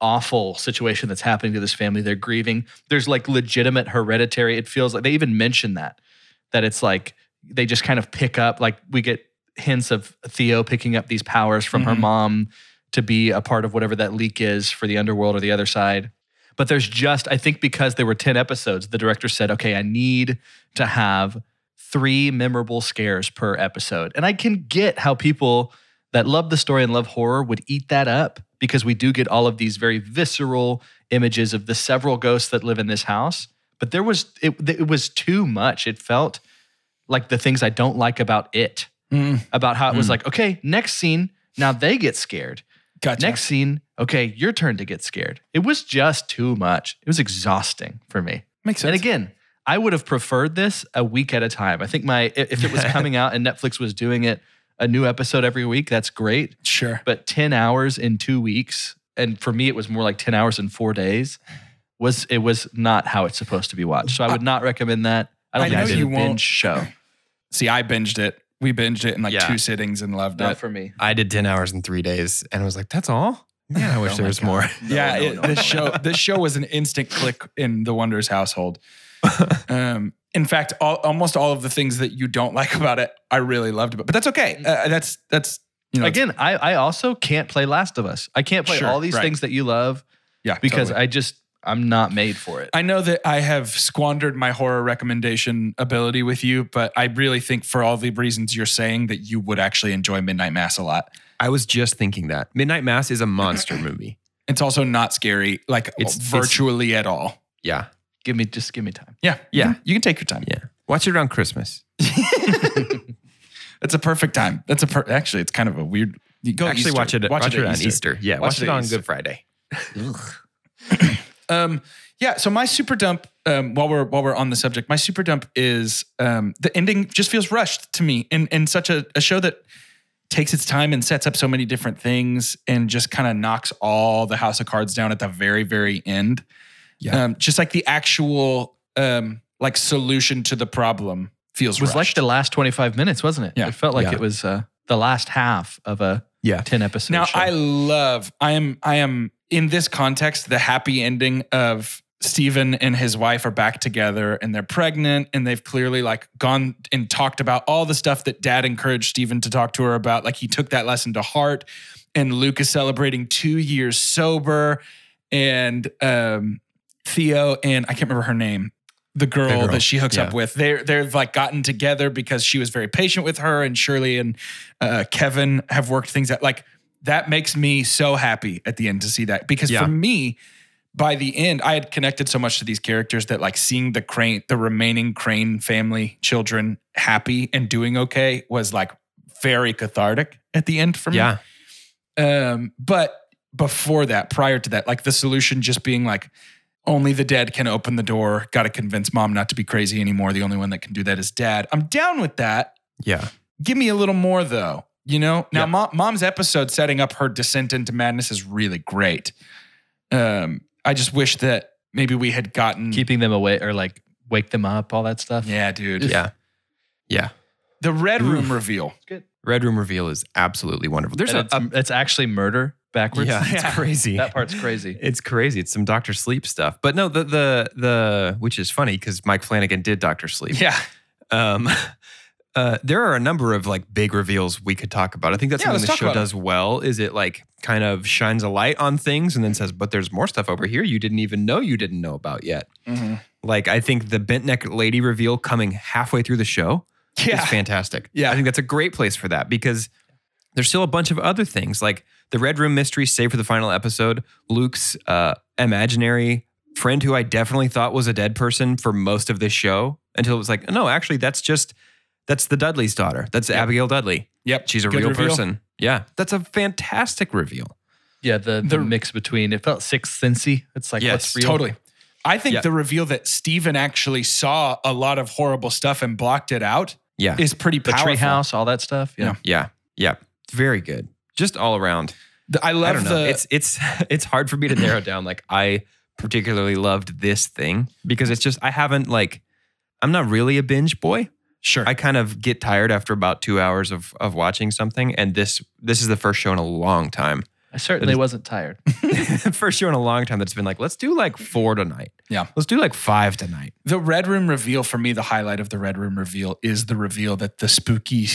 Speaker 2: awful situation that's happening to this family they're grieving there's like legitimate hereditary it feels like they even mention that that it's like they just kind of pick up like we get hints of theo picking up these powers from her
Speaker 3: Mhm.
Speaker 2: mom to be a part of whatever that leak is for the underworld or the other side but there's just i think because there were 10 episodes the director said okay i need to have three memorable scares per episode and i can get how people that love the story and love horror would eat that up because we do get all of these very visceral images of the several ghosts that live in this house but there was it, it was too much it felt like the things i don't like about it
Speaker 3: Mm,
Speaker 2: about how it was
Speaker 4: Mm.
Speaker 2: like okay next scene now they get scared
Speaker 3: gotcha.
Speaker 2: next scene okay your turn to get scared it was just too much it was exhausting for me
Speaker 3: makes sense.
Speaker 2: and again, I would have preferred this a week at a time. I think my i- if it was coming out and Netflix was doing it a new episode every week, that's great.
Speaker 3: sure.
Speaker 2: But 10 hours in 2 weeks and for me it was more like 10 hours in 4 days was it was not how it's supposed to be watched. So I would not recommend that. I
Speaker 3: Uh,
Speaker 2: don't
Speaker 3: I
Speaker 2: think
Speaker 3: know
Speaker 2: it's a
Speaker 3: you
Speaker 2: binge
Speaker 3: won't.
Speaker 2: show.
Speaker 3: See, I binged it. We binged it in like
Speaker 4: Yeah.
Speaker 3: two sittings and loved
Speaker 2: Not
Speaker 3: it.
Speaker 2: for me.
Speaker 4: I did ten hours in three days, and I was like, "That's all." Yeah, I wish
Speaker 2: Oh
Speaker 4: there
Speaker 2: my
Speaker 4: was
Speaker 2: God.
Speaker 4: more.
Speaker 2: No,
Speaker 3: yeah,
Speaker 2: no,
Speaker 3: it,
Speaker 2: no,
Speaker 3: this
Speaker 2: no.
Speaker 3: show this show was an instant click in the Wonders household. um, in fact, all, almost all of the things that you don't like about it, I really loved about. But that's
Speaker 4: Mm.
Speaker 3: okay. Uh, that's that's you know it's-
Speaker 2: Again, I, I also can't play Last of Us. I can't play
Speaker 3: Sure,
Speaker 2: all these
Speaker 3: right.
Speaker 2: things that you love
Speaker 3: yeah
Speaker 2: because
Speaker 3: totally.
Speaker 2: I just I'm not made for it.
Speaker 3: I know that I have squandered my horror recommendation ability with you, but I really think for all the reasons you're saying that you would actually enjoy Midnight Mass a lot.
Speaker 4: I was just thinking that Midnight Mass is a monster movie.
Speaker 3: It's also not scary, like
Speaker 4: Oh, It's- it's-
Speaker 3: virtually at all.
Speaker 4: Yeah,
Speaker 2: give me just give me time.
Speaker 3: Yeah,
Speaker 4: Yeah.
Speaker 3: You can, you can take your time.
Speaker 4: yeah. Watch it around Christmas.
Speaker 3: It's a perfect time. That's a per- actually. It's kind of a weird. you Go
Speaker 4: Actually,
Speaker 3: Easter.
Speaker 4: watch it. Watch, it, on Oh, Easter. Yeah, watch, it,
Speaker 3: at
Speaker 4: on
Speaker 3: Easter.
Speaker 4: Good Friday.
Speaker 3: Um, yeah. So my super dump. Um, while we're while we're on the subject, my super dump is um, the ending just feels rushed to me, and and such a, a show that takes its time and sets up so many different things, and just kind of knocks all the house of cards down at the very very end.
Speaker 4: Yeah.
Speaker 3: Um, just like the actual um, like solution to the problem feels
Speaker 2: It was like
Speaker 3: rushed.
Speaker 2: the last 25 minutes, wasn't it?
Speaker 3: Yeah.
Speaker 2: It felt like
Speaker 4: Yeah.
Speaker 2: it was uh, the last half of a
Speaker 4: Yeah.
Speaker 2: 10 episode
Speaker 3: Now
Speaker 2: show.
Speaker 3: I love I am I am in this context the happy ending of Steven and his wife are back together and they're pregnant and they've clearly like gone and talked about all the stuff that dad encouraged Steven to talk to her about like he took that lesson to heart and Luke is celebrating 2 years sober and um Theo and I can't remember her name the girl,
Speaker 4: girl,
Speaker 3: that she hooks
Speaker 4: yeah.
Speaker 3: up with they're they've like gotten together because she was very patient with her and Shirley and uh, Kevin have worked things out like that makes me so happy at the end to see that because
Speaker 4: Yeah.
Speaker 3: for me by the end i had connected so much to these characters that like seeing the crane the remaining crane family children happy and doing okay was like very cathartic at the end for me
Speaker 4: Yeah,
Speaker 3: um, but before that, prior to that, like the solution just being like, only the dead can open the door. Got to convince mom not to be crazy anymore. The only one that can do that is dad. I'm down with that.
Speaker 4: yeah.
Speaker 3: Give me a little more though. You know, now
Speaker 4: Yeah.
Speaker 3: mom, mom's episode setting up her descent into madness is really great. Um, I just wish that maybe we had gotten.
Speaker 2: keeping them away or like wake them up, all that stuff.
Speaker 3: yeah, dude.
Speaker 4: Yeah. Yeah.
Speaker 3: The Red
Speaker 4: Oof.
Speaker 3: Room reveal.
Speaker 4: Red Room reveal is absolutely wonderful. There's
Speaker 2: And
Speaker 4: a,
Speaker 2: it's, it's actually murder backwards.
Speaker 4: yeah, it's
Speaker 3: Yeah.
Speaker 4: crazy.
Speaker 2: That part's crazy.
Speaker 4: It's crazy. It's some Doctor Sleep stuff. But no, the the the which is funny because Mike Flanagan did Doctor Sleep.
Speaker 3: Yeah.
Speaker 4: Um, uh, there are a number of like big reveals we could talk about. I think that's
Speaker 3: Yeah,
Speaker 4: something
Speaker 3: let's talk
Speaker 4: the show
Speaker 3: about it.
Speaker 4: does well. Is it like kind of shines a light on things and then says, "But there's more stuff over here you didn't even know you didn't know about yet."
Speaker 3: Mm-hmm.
Speaker 4: Like I think the bent neck lady reveal coming halfway through the show
Speaker 3: Yeah.
Speaker 4: is fantastic.
Speaker 3: Yeah.
Speaker 4: I think that's a great place for that because there's still a bunch of other things like the Red Room mystery, save for the final episode, Luke's uh, imaginary friend who I definitely thought was a dead person for most of this show until it was like, no, actually, that's just, that's the Dudley's daughter. That's Abigail Dudley.
Speaker 3: Yep.
Speaker 4: She's a
Speaker 3: Good
Speaker 4: real
Speaker 3: reveal.
Speaker 4: person. Yeah. That's a fantastic reveal.
Speaker 2: Yeah, the,
Speaker 3: The-
Speaker 2: the, mix between it felt sixth sensey. It's like
Speaker 4: Yes,
Speaker 2: what's real.
Speaker 3: Totally. I think
Speaker 4: Yeah.
Speaker 3: the reveal that Steven actually saw a lot of horrible stuff and blocked it out
Speaker 4: Yeah.
Speaker 3: is pretty
Speaker 2: The
Speaker 3: powerful.
Speaker 2: treehouse, all that stuff. Yeah.
Speaker 3: Yeah.
Speaker 4: yeah. Yeah. Very good. Just all around.
Speaker 3: The- I love
Speaker 4: I don't know.
Speaker 3: the
Speaker 4: it's it's it's hard for me to narrow down. Like I particularly loved this thing because it's just I haven't like I'm not really a binge boy.
Speaker 3: sure.
Speaker 4: I kind of get tired after about two hours of of watching something, and this this is the first show in a long time,
Speaker 2: I certainly
Speaker 4: It is-
Speaker 2: wasn't tired.
Speaker 4: first show in a long time that's been like let's do like four tonight.
Speaker 3: Yeah.
Speaker 4: let's do like five tonight.
Speaker 3: the red room reveal for me the highlight of the red room reveal is the reveal that the spooky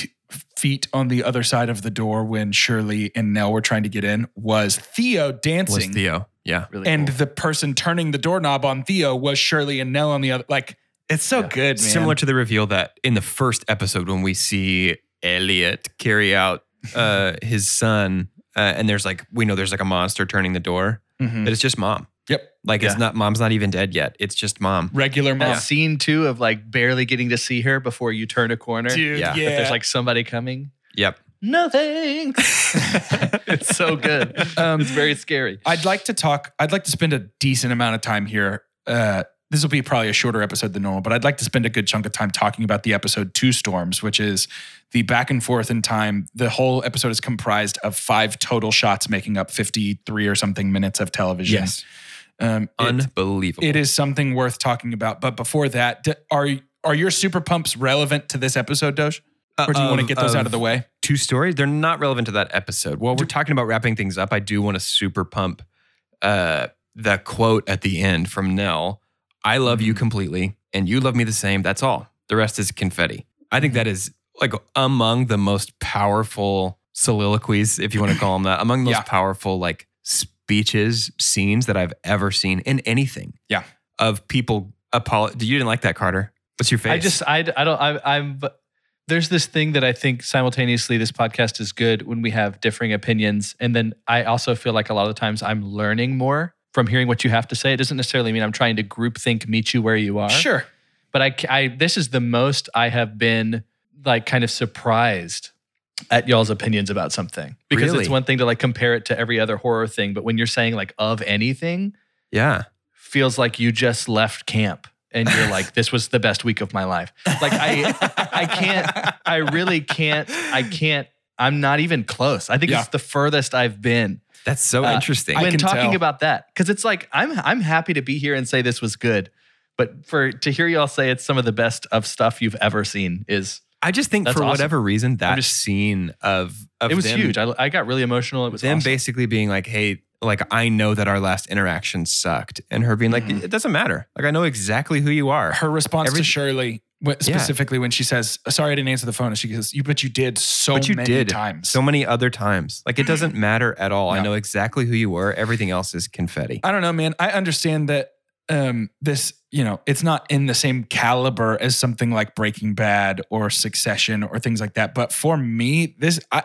Speaker 3: feet on the other side of the door when shirley and nell were trying to get in was theo
Speaker 4: Was
Speaker 3: dancing
Speaker 4: Theo? Yeah,
Speaker 2: Really
Speaker 3: and
Speaker 2: cool.
Speaker 3: the person turning the doorknob on theo was shirley and nell on the other like it's so
Speaker 2: Yeah.
Speaker 3: good man.
Speaker 4: similar to the reveal that in the first episode when we see Elliot carry out uh, his son, uh, and there's like we know there's like a monster turning the door.
Speaker 3: Mhm.
Speaker 4: But it's just mom.
Speaker 3: Yep.
Speaker 4: Like it's
Speaker 2: Yeah.
Speaker 4: not mom's not even dead yet. It's just mom.
Speaker 3: regular
Speaker 2: that
Speaker 3: mom
Speaker 2: scene too of like barely getting to see her before you turn a corner.
Speaker 3: dude yeah,
Speaker 4: Yeah. But
Speaker 2: If there's like somebody coming.
Speaker 4: Yep.
Speaker 2: Nothing. it's so good.
Speaker 3: Um,
Speaker 2: it's very scary.
Speaker 3: I'd like to talk. I'd like to spend a decent amount of time here. Uh, this will be probably a shorter episode than normal, but I'd like to spend a good chunk of time talking about the episode Two Storms, which is the back and forth in time. The whole episode is comprised of five total shots, making up 53 or something minutes of television. Um, it,
Speaker 4: Unbelievable.
Speaker 3: it is something worth talking about. But before that, d- are are your super pumps relevant to this episode, Doge? Or
Speaker 4: Uh,
Speaker 3: do you want to get those out of the way?
Speaker 4: Two stories. They're not relevant to that episode. While we're talking about wrapping things up, I do want to super pump uh, the quote at the end from Nell. I love you completely, and you love me the same. That's all. The rest is confetti. I think that is like among the most powerful soliloquies, if you want to call them that, among the most
Speaker 3: Yeah.
Speaker 4: powerful like speeches, scenes that I've ever seen in anything.
Speaker 3: Yeah.
Speaker 4: Of people apolo- You didn't like that, Carter. What's your face?
Speaker 2: I just I, I don't I, I'm there's this thing that I think simultaneously this podcast is good when we have differing opinions and then I also feel like a lot of the times I'm learning more from hearing what you have to say. It doesn't necessarily mean I'm trying to groupthink meet you where you are.
Speaker 3: Sure.
Speaker 2: But I ca- I this is the most I have been like kind of surprised at y'all's opinions about something because
Speaker 4: Really?
Speaker 2: it's one thing to like compare it to every other horror thing, but when you're saying like of anything,
Speaker 4: yeah.
Speaker 2: feels like you just left camp and you're like this was the best week of my life like i i can't i really can't i can't i'm not even close i think
Speaker 3: Yeah.
Speaker 2: it's the furthest i've been
Speaker 4: That's so
Speaker 2: Uh,
Speaker 4: interesting.
Speaker 3: I
Speaker 2: when
Speaker 3: can
Speaker 2: talking
Speaker 3: tell.
Speaker 2: about that because it's like i'm i'm happy to be here and say this was good but for to hear y'all say it's some of the best of stuff you've ever seen is
Speaker 4: I just think
Speaker 2: That's
Speaker 4: for
Speaker 2: awesome.
Speaker 4: whatever reason that
Speaker 2: just-
Speaker 4: scene of, of
Speaker 2: it was
Speaker 4: them,
Speaker 2: huge I, I got really emotional it was
Speaker 4: them
Speaker 2: awesome.
Speaker 4: basically being like, "Hey, like I know that our last interaction sucked," and her being like,
Speaker 3: Mhm.
Speaker 2: Mm-hmm.
Speaker 4: "It doesn't matter. Like I know exactly who you are."
Speaker 3: her response
Speaker 4: Every-
Speaker 3: to Shirley wh-
Speaker 4: Yeah.
Speaker 3: specifically when she says, "Sorry, I didn't answer the phone," and she goes, "You, but you did so
Speaker 4: but you
Speaker 3: many
Speaker 4: did
Speaker 3: times."
Speaker 4: so many other times. Like
Speaker 2: Mm-hmm.
Speaker 4: it doesn't matter at all. I
Speaker 3: No.
Speaker 4: know exactly who you were. Everything else is confetti.
Speaker 3: I don't know, man. I understand that um, this, you know, it's not in the same caliber as something like Breaking Bad or Succession or things like that. But for me, this, I,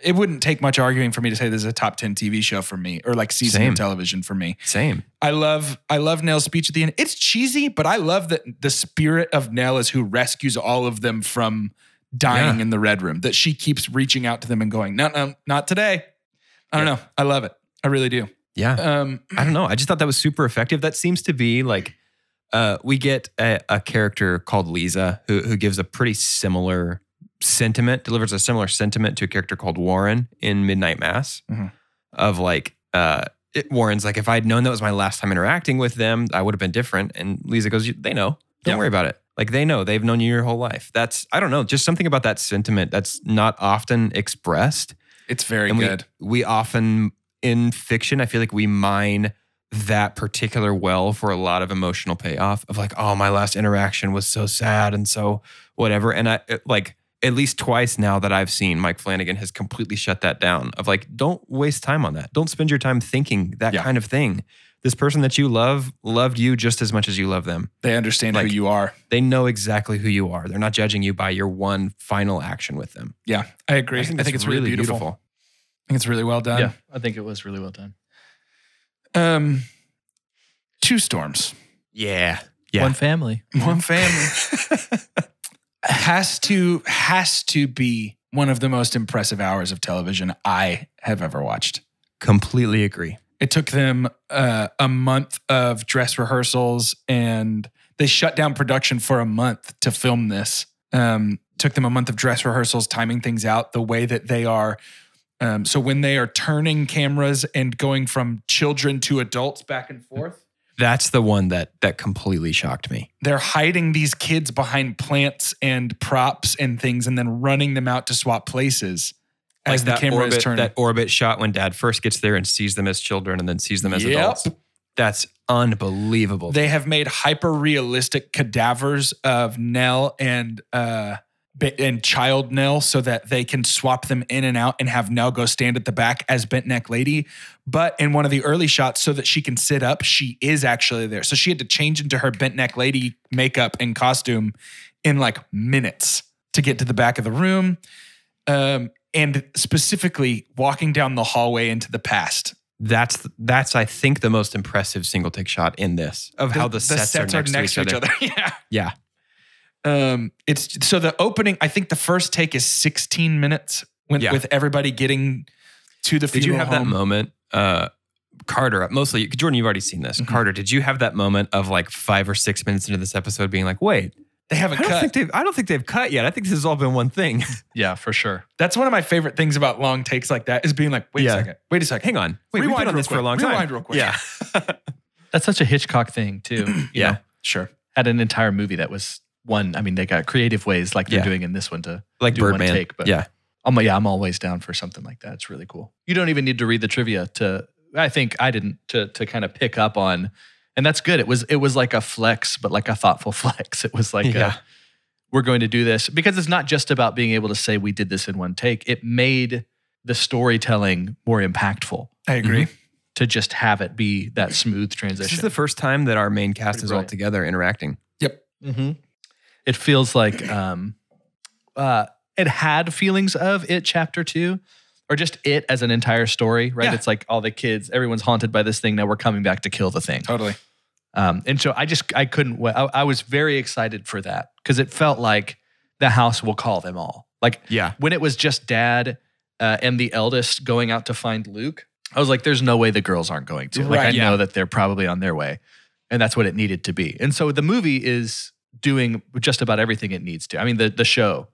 Speaker 3: it wouldn't take much arguing for me to say this is a top ten TV show for me or like season
Speaker 4: Same.
Speaker 3: of television for me.
Speaker 4: Same.
Speaker 3: I love I love Nell's speech at the end. It's cheesy, but I love that the spirit of Nell is who rescues all of them from dying in the red room. That she keeps reaching out to them and going, "No, no, not today." I don't know. I love it. I really do.
Speaker 4: Yeah.
Speaker 3: Um,
Speaker 4: I don't know. I just thought that was super effective. That seems to be like uh, we get a, a character called Lisa who who gives a pretty similar sentiment, delivers a similar sentiment to a character called Warren in Midnight Mass
Speaker 3: Mhm.
Speaker 4: of like uh, it, Warren's like, if I'd known that was my last time interacting with them, I would have been different. And Lisa goes, "You- they know. Don't
Speaker 3: Yeah.
Speaker 4: worry about it. Like they know. They've known you your whole life. That's I don't know. Just something about that sentiment that's not often expressed.
Speaker 3: It's very
Speaker 4: and
Speaker 3: good.
Speaker 4: we we often in fiction, I feel like we mine that particular well for a lot of emotional payoff of like, oh, my last interaction was so sad and so whatever. And I it- like at least twice now that I've seen Mike Flanagan has completely shut that down of like, don't waste time on that. Don't spend your time thinking that
Speaker 3: Yeah.
Speaker 4: kind of thing. This person that you love loved you just as much as you love them.
Speaker 3: they understand
Speaker 4: like-
Speaker 3: who you are.
Speaker 4: They know exactly who you are. They're not judging you by your one final action with them.
Speaker 3: Yeah, I agree. I think, it's really, beautiful. I think it's really well done.
Speaker 2: yeah, I think it was really well done.
Speaker 3: Um, two storms,
Speaker 4: Yeah. Yeah.
Speaker 2: One family.
Speaker 3: one family has to has to be one of the most impressive hours of television I have ever watched.
Speaker 4: Completely agree.
Speaker 3: It took them uh, a month of dress rehearsals, and they shut down production for a month to film this. Um, took them a month of dress rehearsals, timing things out the way that they are. Um, so when they are turning cameras and going from children to adults back and forth,
Speaker 4: That's the one that that completely shocked me.
Speaker 3: they're hiding these kids behind plants and props and things, and then running them out to swap places as the camera
Speaker 4: orbit,
Speaker 3: is turning.
Speaker 4: that orbit shot when Dad first gets there and sees them as children, and then sees them as
Speaker 3: Yep.
Speaker 4: adults. That's unbelievable.
Speaker 3: They have made hyper realistic cadavers of Nell and uh Be- and child Nell so that they can swap them in and out and have Nell go stand at the back as bent neck lady. But in one of the early shots, so that she can sit up, she is actually there. So she had to change into her bent neck lady makeup and costume in like minutes to get to the back of the room. Um and specifically walking down the hallway into the past.
Speaker 4: that's that's I think the most impressive single take shot in this of how the, sets, are next, to, each other.
Speaker 3: yeah.
Speaker 4: Yeah,
Speaker 3: Um, it's so the opening. I think the first take is 16 minutes when,
Speaker 4: Yeah.
Speaker 3: with everybody getting to the
Speaker 4: Did you
Speaker 3: funeral
Speaker 4: have that
Speaker 3: home.
Speaker 4: moment, uh, Carter? Mostly, Jordan, you've already seen this.
Speaker 3: Mhm.
Speaker 4: Carter, did you have that moment of like five or six minutes into this episode, being like, "Wait,
Speaker 3: They
Speaker 4: I
Speaker 3: haven't
Speaker 4: don't
Speaker 3: cut.
Speaker 4: think they've I don't think they've cut yet. I think this has all been one thing."
Speaker 2: Yeah, for sure.
Speaker 3: That's one of my favorite things about long takes like that is being like, wait
Speaker 4: Yeah.
Speaker 3: a second, wait a second,
Speaker 4: Hang on, wait, we've
Speaker 3: Rewind
Speaker 4: been on
Speaker 3: real
Speaker 4: this for a
Speaker 3: quick.
Speaker 4: long time.
Speaker 3: Rewind real quick.
Speaker 4: Yeah,
Speaker 2: That's such a Hitchcock thing too. you
Speaker 4: yeah.
Speaker 2: know?
Speaker 3: sure.
Speaker 2: had an entire movie that was one. I mean, they got creative ways like they're
Speaker 4: Yeah.
Speaker 2: doing in this one to
Speaker 4: like
Speaker 2: do one
Speaker 4: Birdman.
Speaker 2: take, but-
Speaker 4: yeah,
Speaker 2: I'm yeah, I'm always down for something like that. It's really cool. You don't even need to read the trivia to I think I didn't to to kind of pick up on and that's good. It was it was like a flex, but like a thoughtful flex. It was like a,
Speaker 4: Yeah.
Speaker 2: we're going to do this because it's not just about being able to say we did this in one take. It made the storytelling more impactful Mm-hmm.
Speaker 3: I agree.
Speaker 2: to just have it be that smooth
Speaker 4: this is
Speaker 2: transition.
Speaker 4: the first time that our main cast
Speaker 2: Pretty
Speaker 4: is all
Speaker 2: brilliant.
Speaker 4: together interacting.
Speaker 3: Yep.
Speaker 2: Mm-hmm. It feels like um, uh, it had feelings of it chapter two, or just it as an entire story, right?
Speaker 3: Yeah.
Speaker 2: It's like all the kids, everyone's haunted by this thing. Now we're coming back to kill the thing.
Speaker 3: Totally.
Speaker 2: Um, and so I just I couldn't. wa- I, I was very excited for that because it felt like the house will call them all. Like
Speaker 4: Yeah,
Speaker 2: when it was just dad uh, and the eldest going out to find Luke, I was like, there's no way the girls aren't going to. Like,
Speaker 3: Right,
Speaker 2: I
Speaker 4: yeah.
Speaker 2: know that they're probably on their way. And that's what it needed to be. And so the movie is doing just about everything it needs to. I mean, the, the show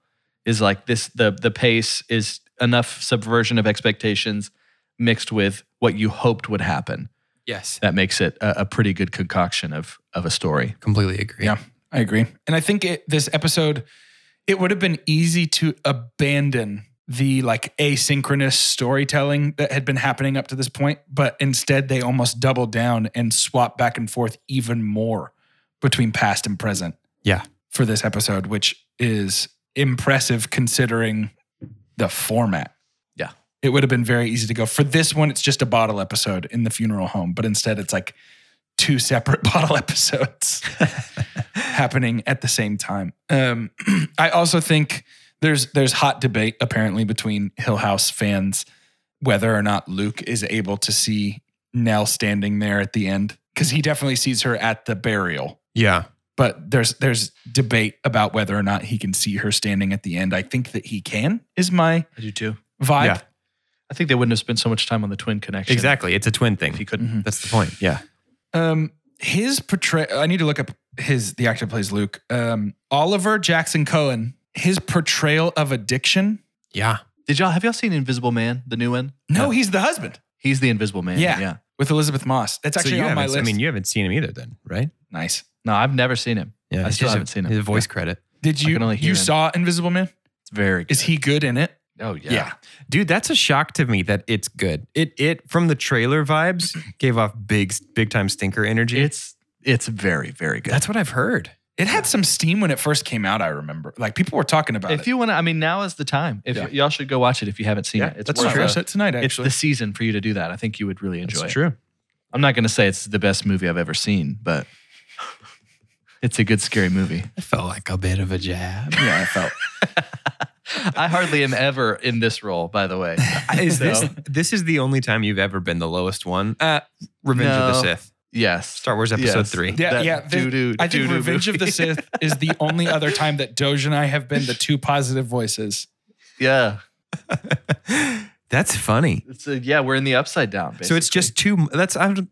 Speaker 2: is like this the, the pace is enough subversion of expectations mixed with what you hoped would happen.
Speaker 4: yes,
Speaker 2: That makes it a, a pretty good concoction of, of a story.
Speaker 4: completely agree.
Speaker 3: Yeah. I agree. And I think it, this episode, it would have been easy to abandon the like asynchronous storytelling that had been happening up to this point, but instead they almost doubled down and swapped back and forth even more between past and present.
Speaker 4: Yeah.
Speaker 3: For this episode, which is impressive considering the format.
Speaker 2: Yeah.
Speaker 3: It would have been very easy to go for this one. It's just a bottle episode in the funeral home, but instead it's like two separate bottle episodes happening at the same time. Um, I also think there's there's hot debate apparently between Hill House fans whether or not Luke is able to see Nell standing there at the end because he definitely sees her at the burial.
Speaker 4: yeah.
Speaker 3: But there's there's debate about whether or not he can see her standing at the end. I think that he can is my
Speaker 2: I do too.
Speaker 3: vibe.
Speaker 4: Yeah.
Speaker 2: I think they wouldn't have spent so much time on the twin connection.
Speaker 4: Exactly. Mm-hmm. It's a twin thing.
Speaker 2: If you couldn't.
Speaker 3: Mhm.
Speaker 4: That's the point. Yeah.
Speaker 3: Um, his portrayal. I need to look up his the actor who plays Luke. Um, Oliver Jackson Cohen. His portrayal of addiction.
Speaker 4: Yeah.
Speaker 2: Did y'all have y'all seen Invisible Man, the new one?
Speaker 3: No, he's the husband.
Speaker 2: He's the Invisible Man.
Speaker 3: Yeah.
Speaker 2: Yeah.
Speaker 3: with Elizabeth Moss. That's
Speaker 4: so
Speaker 3: actually
Speaker 4: you
Speaker 3: on my
Speaker 4: haven't-
Speaker 3: list.
Speaker 4: I mean, you haven't seen him either, then, right?
Speaker 3: nice.
Speaker 2: No, I've never seen him.
Speaker 4: Yeah,
Speaker 2: I
Speaker 4: it's
Speaker 2: still
Speaker 4: just a-
Speaker 2: haven't seen him.
Speaker 4: His voice credit,
Speaker 3: Did
Speaker 2: I
Speaker 3: you
Speaker 2: can only hear
Speaker 3: you
Speaker 2: him.
Speaker 3: saw Invisible Man?
Speaker 2: It's very. Good.
Speaker 3: Is he good in it?
Speaker 2: Oh yeah.
Speaker 4: dude. That's a shock to me that it's good. It it from the trailer vibes gave off big big time stinker energy.
Speaker 2: It's it's very very good.
Speaker 4: that's what I've heard.
Speaker 3: It had some steam when it first came out, I remember. Like people were talking about
Speaker 2: if
Speaker 3: it.
Speaker 2: you want to, I mean, now is the time. If
Speaker 3: Yeah.
Speaker 2: y'all should go watch it if you haven't seen
Speaker 4: Yeah,
Speaker 2: it. It's
Speaker 4: that's
Speaker 2: worth
Speaker 3: I
Speaker 4: true.
Speaker 2: a-
Speaker 3: watched it tonight,
Speaker 2: It's
Speaker 3: actually.
Speaker 2: the season for you to do that. I think you would really enjoy
Speaker 4: It's
Speaker 2: it.
Speaker 4: true.
Speaker 2: I'm not going to say it's the best movie I've ever seen, but it's a good scary movie.
Speaker 4: It felt like a bit of a jab.
Speaker 3: yeah, I felt.
Speaker 2: I hardly am ever in this role, by the way.
Speaker 4: is
Speaker 2: So-
Speaker 4: this this is the only time you've ever been the lowest one? Uh, Revenge of the
Speaker 2: No.
Speaker 4: Sith,
Speaker 2: Yes.
Speaker 4: Star Wars Episode
Speaker 2: Yes.
Speaker 4: Three.
Speaker 3: Yeah,
Speaker 2: That
Speaker 3: yeah. the-
Speaker 2: doo-doo-
Speaker 3: I think
Speaker 2: doo-doo
Speaker 3: Revenge of the
Speaker 2: movie.
Speaker 3: Sith is the only other time that Doge and I have been the two positive voices.
Speaker 2: Yeah.
Speaker 4: That's funny.
Speaker 2: It's a, yeah, we're in the upside down. Basically.
Speaker 4: So it's just too. That's I. don't-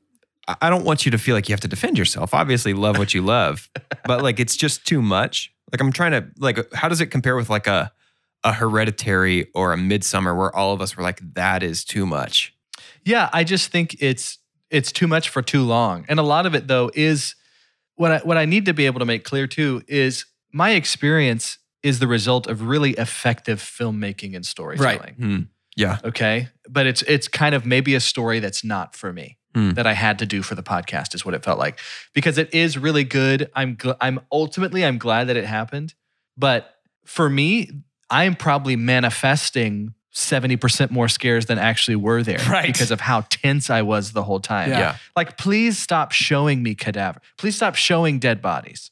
Speaker 4: I don't want you to feel like you have to defend yourself. Obviously, love what you love, but like it's just too much. Like I'm trying to like. How does it compare with like a a hereditary or a midsummer where all of us were like, that is too much.
Speaker 2: Yeah, I just think it's it's too much for too long. And a lot of it though is what I what I need to be able to make clear too is my experience is the result of really effective filmmaking and storytelling.
Speaker 4: Hmm.
Speaker 2: Okay. But it's it's kind of maybe a story that's not for me
Speaker 4: Hmm.
Speaker 2: that I had to do for the podcast is what it felt like because it is really good. I'm gl- I'm ultimately I'm glad that it happened, but for me, I'm probably manifesting 70% more scares than actually were there
Speaker 3: Right.
Speaker 2: because of how tense I was the whole time.
Speaker 3: Yeah.
Speaker 4: Yeah.
Speaker 2: Like please stop showing me cadaver. Please stop showing dead bodies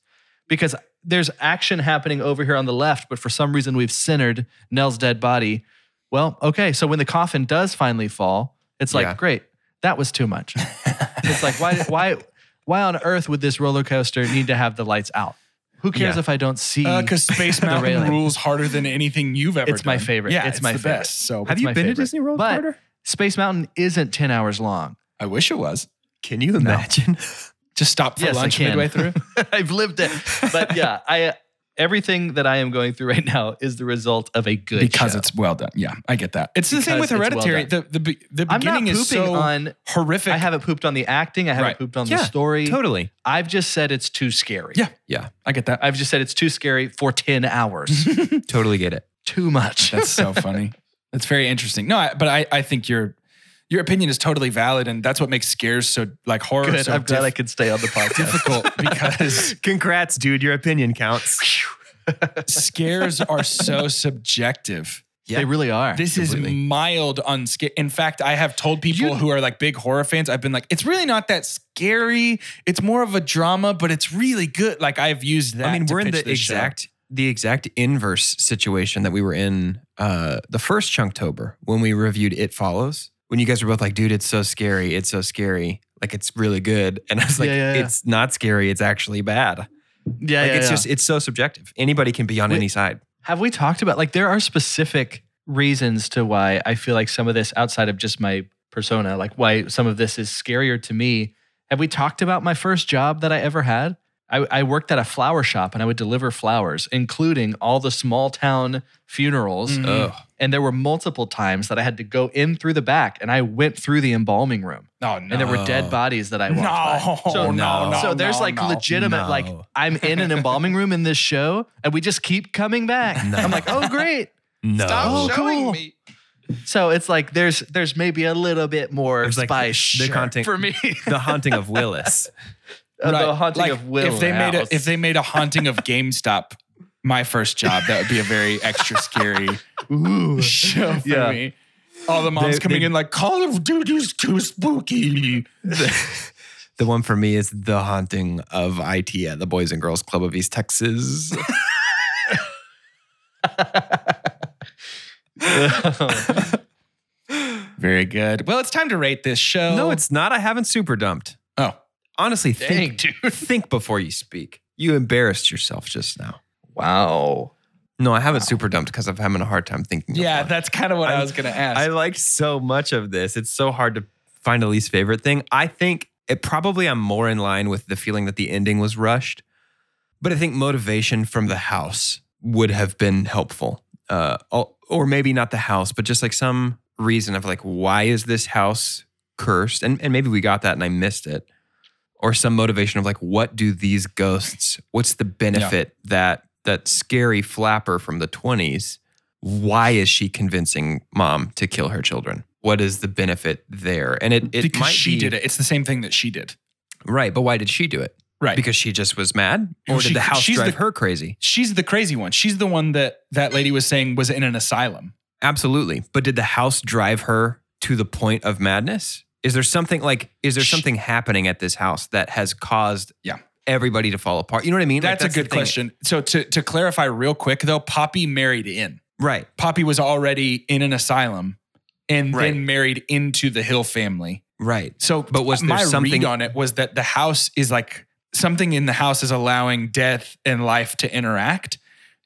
Speaker 2: because there's action happening over here on the left, but for some reason we've centered Nell's dead body well, okay. So when the coffin does finally fall, it's like,
Speaker 4: Yeah.
Speaker 2: great, that was too much. it's like, why, why, why on earth would this roller coaster need to have the lights out? Who cares
Speaker 4: Yeah.
Speaker 2: if I don't see?
Speaker 3: Because Uh, Space
Speaker 2: The
Speaker 3: Mountain
Speaker 2: railing.
Speaker 3: rules harder than anything you've ever
Speaker 2: It's my
Speaker 3: done.
Speaker 2: favorite.
Speaker 3: Yeah,
Speaker 2: It's my
Speaker 3: the
Speaker 2: favorite.
Speaker 3: best. So
Speaker 4: Have
Speaker 2: It's
Speaker 4: you
Speaker 2: my
Speaker 4: been to
Speaker 2: favorite.
Speaker 4: Disney World,
Speaker 2: But-
Speaker 4: Carter?
Speaker 2: Space Mountain isn't ten hours long.
Speaker 3: I wish it was.
Speaker 4: Can you imagine?
Speaker 3: Just stop for
Speaker 2: Yes, I
Speaker 3: lunch
Speaker 2: can.
Speaker 3: midway through.
Speaker 2: I've lived it, but yeah, I everything that I am going through right now is the result of a good
Speaker 3: because
Speaker 2: show.
Speaker 3: it's well done. Yeah, I get that. It's the same with
Speaker 2: Because it's well
Speaker 3: Hereditary.
Speaker 2: done.
Speaker 3: the, the be- the
Speaker 2: I'm not
Speaker 3: beginning
Speaker 2: pooping
Speaker 3: is so
Speaker 2: on.
Speaker 3: horrific.
Speaker 2: I haven't pooped on the acting. I haven't
Speaker 3: Right.
Speaker 2: pooped on
Speaker 4: Yeah,
Speaker 2: the story.
Speaker 4: Totally.
Speaker 2: I've just said it's too scary.
Speaker 3: Yeah.
Speaker 4: Yeah.
Speaker 3: I get that.
Speaker 2: I've just said it's too scary for ten hours.
Speaker 4: Totally get it.
Speaker 2: too much.
Speaker 3: That's so funny. That's very interesting. No, I, but I, I think your your opinion is totally valid, and that's what makes scares so like horror.
Speaker 2: Good.
Speaker 3: So
Speaker 2: I'm glad
Speaker 3: diff-
Speaker 2: I could stay on the podcast.
Speaker 3: difficult because
Speaker 4: Congrats, dude. Your opinion counts.
Speaker 3: scares are so subjective.
Speaker 4: Yeah.
Speaker 2: They really are.
Speaker 3: This
Speaker 4: Completely.
Speaker 3: is mild on scare. In fact, I have told people
Speaker 2: You-
Speaker 3: who are like big horror fans, I've been like, it's really not that scary. It's more of a drama, but it's really good. Like I've used that.
Speaker 4: I mean,
Speaker 3: to
Speaker 4: we're in
Speaker 3: pitch
Speaker 4: the
Speaker 3: this show.
Speaker 4: exact the exact inverse situation that we were in uh the first Chunktober when we reviewed It Follows. When you guys were both like, dude, it's so scary, it's so scary. Like it's really good. And I was like,
Speaker 2: Yeah, yeah, yeah.
Speaker 4: it's not scary, it's actually bad. Like
Speaker 2: yeah, yeah,
Speaker 4: it's
Speaker 2: yeah.
Speaker 4: just it's so subjective. Anybody can be on
Speaker 2: Wait.
Speaker 4: any side.
Speaker 2: Have we talked about like there are specific reasons to why I feel like some of this outside of just my persona, like why some of this is scarier to me? Have we talked about my first job that I ever had? I, I worked at a flower shop and I would deliver flowers, including all the small town funerals.
Speaker 3: Mhm.
Speaker 4: Oh.
Speaker 2: And there were multiple times that I had to go in through the back and I went through the embalming room.
Speaker 3: Oh no.
Speaker 2: and there were dead bodies that I walked by.
Speaker 3: No,
Speaker 2: So,
Speaker 4: no,
Speaker 2: so
Speaker 3: no,
Speaker 2: there's
Speaker 3: Oh, no,
Speaker 2: like
Speaker 3: no,
Speaker 2: legitimate
Speaker 4: no.
Speaker 2: like I'm in an embalming room in this show, and we just keep coming back.
Speaker 4: No.
Speaker 2: I'm like, oh great.
Speaker 4: No.
Speaker 5: Stop
Speaker 2: Oh,
Speaker 5: showing
Speaker 2: cool.
Speaker 5: me.
Speaker 2: So it's like there's there's maybe a little bit more
Speaker 4: There's, like,
Speaker 2: spice
Speaker 4: the content-
Speaker 2: for me.
Speaker 4: The haunting of Willis.
Speaker 2: Of
Speaker 3: Right.
Speaker 2: Uh, The haunting
Speaker 3: Like,
Speaker 2: of Will.
Speaker 3: If they made
Speaker 2: House.
Speaker 3: a, if they made a haunting of GameStop, my first job, that would be a very extra scary
Speaker 2: Ooh.
Speaker 3: show for
Speaker 2: Yeah.
Speaker 3: me. All the moms
Speaker 4: They-
Speaker 3: coming
Speaker 4: they-
Speaker 3: in like Call of Duty's too spooky.
Speaker 4: The one for me is the haunting of IT at the Boys and Girls Club of East Texas.
Speaker 3: Very good. Well, it's time to rate this show.
Speaker 4: no, it's not. I haven't super dumped.
Speaker 3: oh
Speaker 4: Honestly,
Speaker 2: Dang,
Speaker 4: think think before you speak. You embarrassed yourself just now.
Speaker 2: wow.
Speaker 4: No, I haven't super dumped because I'm having a hard time thinking. of
Speaker 3: yeah,
Speaker 4: one.
Speaker 3: that's kind of what i
Speaker 4: I'm-
Speaker 3: was gonna
Speaker 4: I
Speaker 3: ask.
Speaker 4: liked so much of this. It's so hard to find a least favorite thing. I think it probably I'm more in line with the feeling that the ending was rushed, but I think motivation from the house would have been helpful. Uh, or- or maybe not the house, but just like some reason of like why is this house cursed, and, and maybe we got that and I missed it, or some motivation of like, what do these ghosts, what's the benefit that that scary flapper from the 20s, why is she convincing mom to kill her children? What is the benefit there? And it, it
Speaker 3: because
Speaker 4: might
Speaker 3: she
Speaker 4: be,
Speaker 3: did it. It's the same thing that she did.
Speaker 4: Right, but why did she do it?
Speaker 3: Right.
Speaker 4: Because she just was mad?
Speaker 3: Well,
Speaker 4: Or
Speaker 3: she-
Speaker 4: did the house
Speaker 3: she's
Speaker 4: drive
Speaker 3: the-
Speaker 4: her crazy?
Speaker 3: she's the crazy one. She's the one that that lady was saying was in an asylum.
Speaker 4: Absolutely. But did the house drive her to the point of madness? Is there something like is there
Speaker 3: Sh-
Speaker 4: something happening at this house that has caused
Speaker 3: Yeah.
Speaker 4: everybody to fall apart? You know what I mean? Like,
Speaker 3: That's, a
Speaker 4: the
Speaker 3: good
Speaker 4: thing.
Speaker 3: question. So to to clarify real quick though, Poppy married in.
Speaker 4: Right.
Speaker 3: Poppy was already in an asylum and
Speaker 4: Right.
Speaker 3: then married into the Hill family.
Speaker 4: Right.
Speaker 3: So
Speaker 4: But was there
Speaker 3: my read
Speaker 4: something-
Speaker 3: on it was that the house is like something in the house is allowing death and life to interact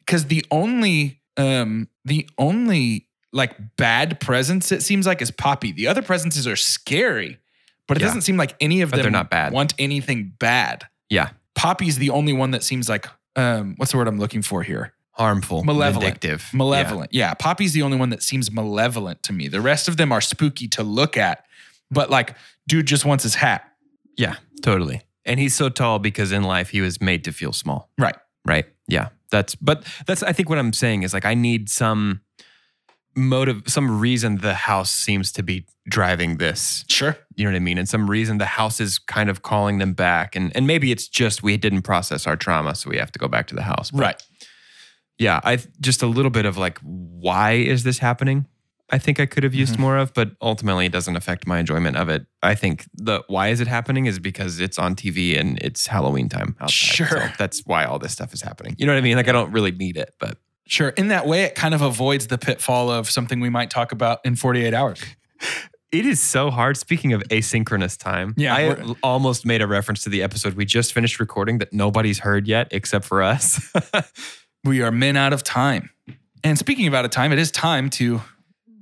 Speaker 3: because the only um the only like bad presence it seems like is Poppy. The other presences are scary, but it
Speaker 4: Yeah.
Speaker 3: doesn't seem like any of
Speaker 4: But
Speaker 3: them
Speaker 4: they're not bad.
Speaker 3: want anything bad.
Speaker 4: Yeah.
Speaker 3: Poppy's the only one that seems like um what's the word I'm looking for here?
Speaker 4: Harmful.
Speaker 3: Malevolent.
Speaker 4: Vindictive.
Speaker 3: Malevolent. Yeah. Poppy's the only one that seems malevolent to me. The rest of them are spooky to look at, but like, dude just wants his hat.
Speaker 4: Yeah. yeah. Totally. And he's so tall because in life he was made to feel small.
Speaker 3: Right.
Speaker 4: Right. Yeah. That's but that's I think what I'm saying is like I need some motive some reason the house seems to be driving this.
Speaker 3: Sure.
Speaker 4: You know what I mean? And some reason the house is kind of calling them back and and maybe it's just we didn't process our trauma so we have to go back to the house. But
Speaker 3: Right.
Speaker 4: Yeah, I just a little bit of like why is this happening? I think I could have
Speaker 3: Mm-hmm.
Speaker 4: used more of, but ultimately it doesn't affect my enjoyment of it. I think the why is it happening is because it's on TV and it's Halloween time outside.
Speaker 3: Sure.
Speaker 4: that's why all this stuff is happening. You know what I mean? Like I don't really need it, but
Speaker 3: Sure. In that way, it kind of avoids the pitfall of something we might talk about in 48 hours.
Speaker 4: it is so hard. Speaking of asynchronous time,
Speaker 3: Yeah,
Speaker 4: I
Speaker 3: we're-
Speaker 4: l- almost made a reference to the episode we just finished recording that nobody's heard yet except for us. Oh,
Speaker 3: We are men out of time. And speaking of out of time, it is time to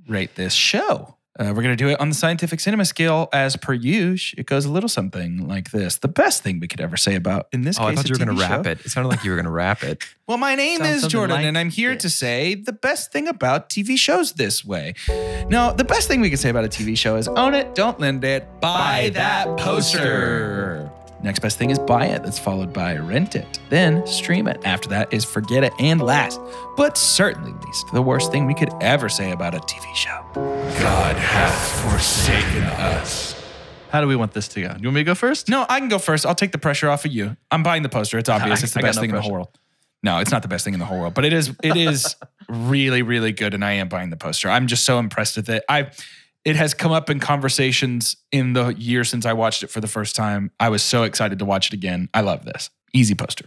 Speaker 3: rate this show. Uh, we're going to do it on the scientific cinema scale as per usual. It goes a little something like this. The best thing we could ever say about in this
Speaker 4: oh,
Speaker 3: case,
Speaker 4: I thought you were
Speaker 3: going to
Speaker 4: wrap it. It sounded like you were going to wrap it.
Speaker 3: Well, my name
Speaker 2: Sounds
Speaker 3: is
Speaker 2: something
Speaker 3: Jordan,
Speaker 2: like
Speaker 3: and I'm here to
Speaker 2: this.
Speaker 3: say the best thing about TV shows this way. Now, the best thing we can say about a TV show is own it, don't lend it, buy, that poster. Next best thing is buy it. That's followed by rent it, then stream it. After that is forget it, and last, but certainly least, the worst thing we could ever say about a TV show.
Speaker 1: God hath forsaken us.
Speaker 2: How do we want this to go? Do you want me to go first?
Speaker 3: No, I can go first. I'll take the pressure off of you. I'm buying the poster. It's obvious. It's the
Speaker 2: I got
Speaker 3: best
Speaker 2: no
Speaker 3: thing in the
Speaker 2: pressure.
Speaker 3: whole world. No, it's not the best thing in the whole world, but it is. It is really, really good, and I am buying the poster. I'm just so impressed with it. I, it has come up in conversations in the year since I watched it for the first time. I was so excited to watch it again. I love this easy poster.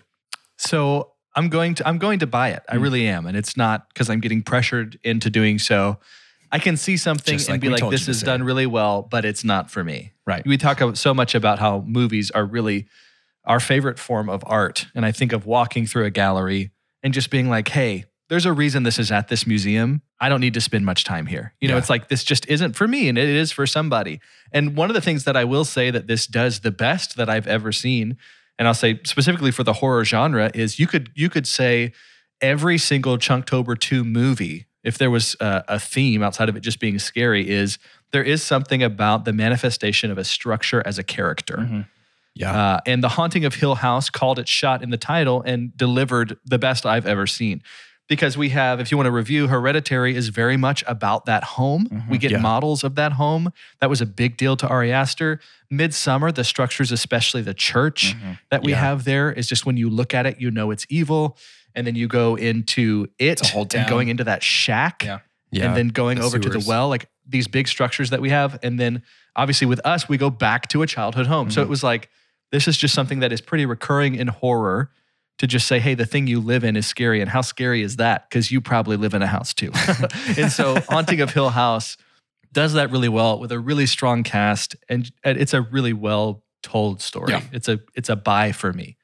Speaker 2: So I'm going to I'm going to buy it. I
Speaker 3: Mm.
Speaker 2: really am, and it's not because I'm getting pressured into doing so. I can see something
Speaker 3: Just like
Speaker 2: and be
Speaker 3: we
Speaker 2: like,
Speaker 3: told you
Speaker 2: "This
Speaker 3: to
Speaker 2: is
Speaker 3: say.
Speaker 2: done really well," but it's not for me.
Speaker 3: Right.
Speaker 2: We talk ab- so much about how movies are really our favorite form of art, and I think of walking through a gallery and just being like, "Hey." There's a reason this is at this museum. I don't need to spend much time here. You know,
Speaker 3: Yeah.
Speaker 2: it's like this just isn't for me and it is for somebody. And one of the things that I will say that this does the best that I've ever seen and I'll say specifically for the horror genre is you could you could say every single Chunktober two movie, if there was a, a theme outside of it just being scary, is there is something about the manifestation of a structure as a character.
Speaker 3: Mhm.
Speaker 4: Mm-hmm. Yeah.
Speaker 2: Uh, and the haunting of Hill House called it shot in the title and delivered the best I've ever seen. Because we have, if you want to review, Hereditary is very much about that home. We
Speaker 3: Mhm.
Speaker 2: get
Speaker 4: Mm-hmm. Yeah.
Speaker 2: models of that home. That was a big deal to Ari Aster. Midsummer, the structures, especially the
Speaker 4: Mm-hmm.
Speaker 2: church that we
Speaker 4: Yeah.
Speaker 2: have there, is just when you look at it, you know it's evil. And then you go into it,
Speaker 3: It's a whole
Speaker 2: and
Speaker 3: town.
Speaker 2: going into that shack,
Speaker 3: Yeah.
Speaker 4: Yeah.
Speaker 2: and then going
Speaker 4: the
Speaker 2: over to
Speaker 4: sewers.
Speaker 2: the well, like these big structures that we have. And then obviously with us, we go back to a childhood home. So
Speaker 3: Mhm.
Speaker 2: it
Speaker 4: Mm-hmm.
Speaker 2: was like, this is just something that is pretty recurring in horror to just say, hey, the thing you live in is scary. And how scary is that? Because you probably live in a house too. and so Haunting of Hill House does that really well with a really strong cast. And and it's a really well told story.
Speaker 3: Yeah.
Speaker 2: It's a it's a buy for me.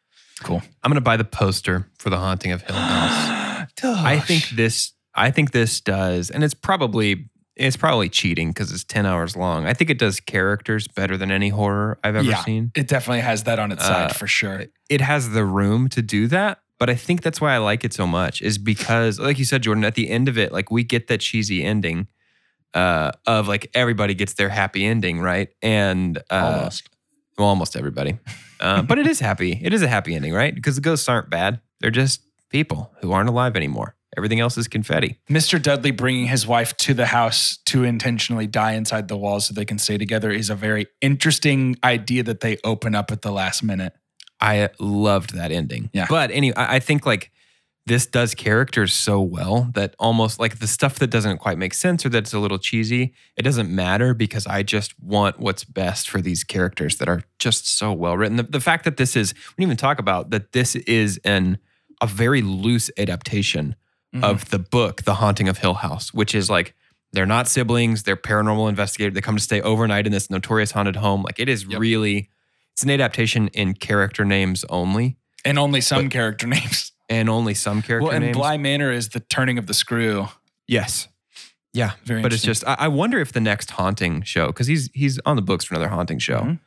Speaker 4: I'm going to buy the poster for The Haunting of Hill House. I think this I think this does, and it's probably it's probably cheating because it's ten hours long. I think it does characters better than any horror I've ever
Speaker 3: Yeah.
Speaker 4: seen.
Speaker 3: it definitely has that on its
Speaker 4: Uh,
Speaker 3: side for sure.
Speaker 4: It has the room to do that, but I think that's why I like it so much, is because like you said, Jordan, at the end of it, like we get that cheesy ending. uh, of like everybody gets their happy ending, right? And uh,
Speaker 2: Almost.
Speaker 4: well, almost everybody, uh, but it is happy. It is a happy ending, right? Because the ghosts aren't bad; they're just people who aren't alive anymore. Everything else is confetti.
Speaker 3: Mr. Dudley bringing his wife to the house to intentionally die inside the walls so they can stay together is a very interesting idea that they open up at the last minute.
Speaker 4: I loved that ending.
Speaker 3: Yeah.
Speaker 4: But anyway, I, I think like this does characters so well that almost like the stuff that doesn't quite make sense or that's a little cheesy, it doesn't matter because I just want what's best for these characters that are just so well written. The, the fact that this is, we didn't even talk about that this is an a very loose adaptation of the book, The Haunting of Hill House, which is like they're not siblings, they're paranormal investigators. They come to stay overnight in this notorious haunted home. Like it is really, it's an adaptation in character names only,
Speaker 3: And only some character names.
Speaker 4: and only some character
Speaker 3: Well, and
Speaker 4: names.
Speaker 3: Bly Manor is the turning of the screw.
Speaker 4: yes, yeah,
Speaker 3: Very
Speaker 4: but it's
Speaker 3: interesting.
Speaker 4: just I, I wonder if the next haunting show, because he's he's on the books for another haunting show.
Speaker 3: Mhm.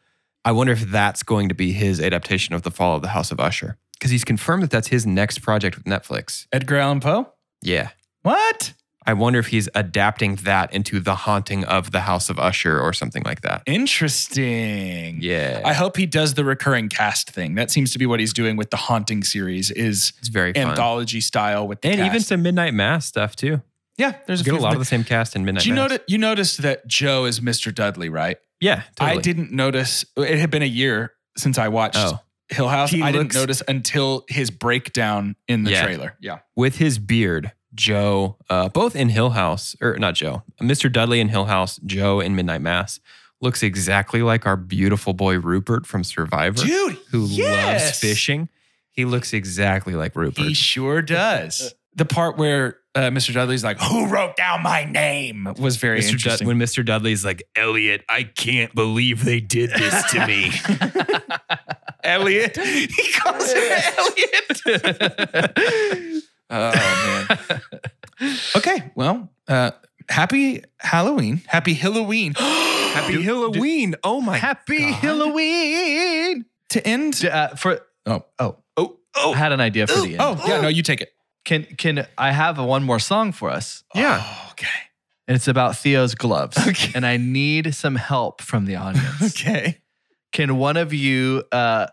Speaker 4: I wonder if that's going to be his adaptation of the Fall of the House of Usher, because he's confirmed that that's his next project with Netflix.
Speaker 3: Edgar Allan Poe?
Speaker 4: Yeah.
Speaker 3: What?
Speaker 4: I wonder if he's adapting that into the haunting of the House of Usher or something like that.
Speaker 3: Interesting.
Speaker 4: Yeah.
Speaker 3: I hope he does the recurring cast thing. That seems to be what he's doing with the Haunting series is
Speaker 4: it's very fun.
Speaker 3: anthology style with the
Speaker 4: and even
Speaker 3: cast.
Speaker 4: some Midnight Mass stuff too.
Speaker 3: yeah, there's a,
Speaker 4: Get a
Speaker 3: few
Speaker 4: lot of
Speaker 3: them.
Speaker 4: the same cast in Midnight
Speaker 3: Did you
Speaker 4: Mass.
Speaker 3: notice, you noticed that Joe is Mr. Dudley, right?
Speaker 4: Yeah, totally.
Speaker 3: I didn't notice. It had been a year since I watched
Speaker 4: Oh.
Speaker 3: Hill House.
Speaker 4: He
Speaker 3: I didn't
Speaker 4: looks-
Speaker 3: notice until his breakdown in the
Speaker 4: Yeah.
Speaker 3: trailer. Yeah.
Speaker 4: With his beard, Joe, uh, both in Hill House, or not Joe, Mr. Dudley in Hill House, Joe in Midnight Mass, looks exactly like our beautiful boy Rupert from Survivor,
Speaker 3: Dude,
Speaker 4: who loves
Speaker 3: yes!
Speaker 4: fishing. He looks exactly like Rupert.
Speaker 3: He sure does. the part where uh, Mr. Dudley's like, "Who wrote down my name?" was very
Speaker 4: Mr. Dud-
Speaker 3: interesting.
Speaker 4: when Mr. Dudley's like, Elliot, I can't believe they did this to me. Oh, Elliot. He calls him Elliot.
Speaker 3: oh man. okay, well, uh, happy Halloween. Happy Halloween.
Speaker 4: Happy Halloween. Oh my
Speaker 2: Happy
Speaker 4: God.
Speaker 2: Halloween.
Speaker 3: to end.
Speaker 2: D- uh, for
Speaker 3: Oh, oh,
Speaker 4: Oh,
Speaker 2: I
Speaker 4: oh.
Speaker 2: had an idea for the end.
Speaker 3: oh, yeah. No, you take it.
Speaker 2: Can can I have a, one more song for us?
Speaker 4: Yeah.
Speaker 3: Oh, okay.
Speaker 2: And it's about Theo's gloves.
Speaker 3: Okay.
Speaker 2: And I need some help from the audience.
Speaker 3: Okay.
Speaker 2: Can one of you, uh,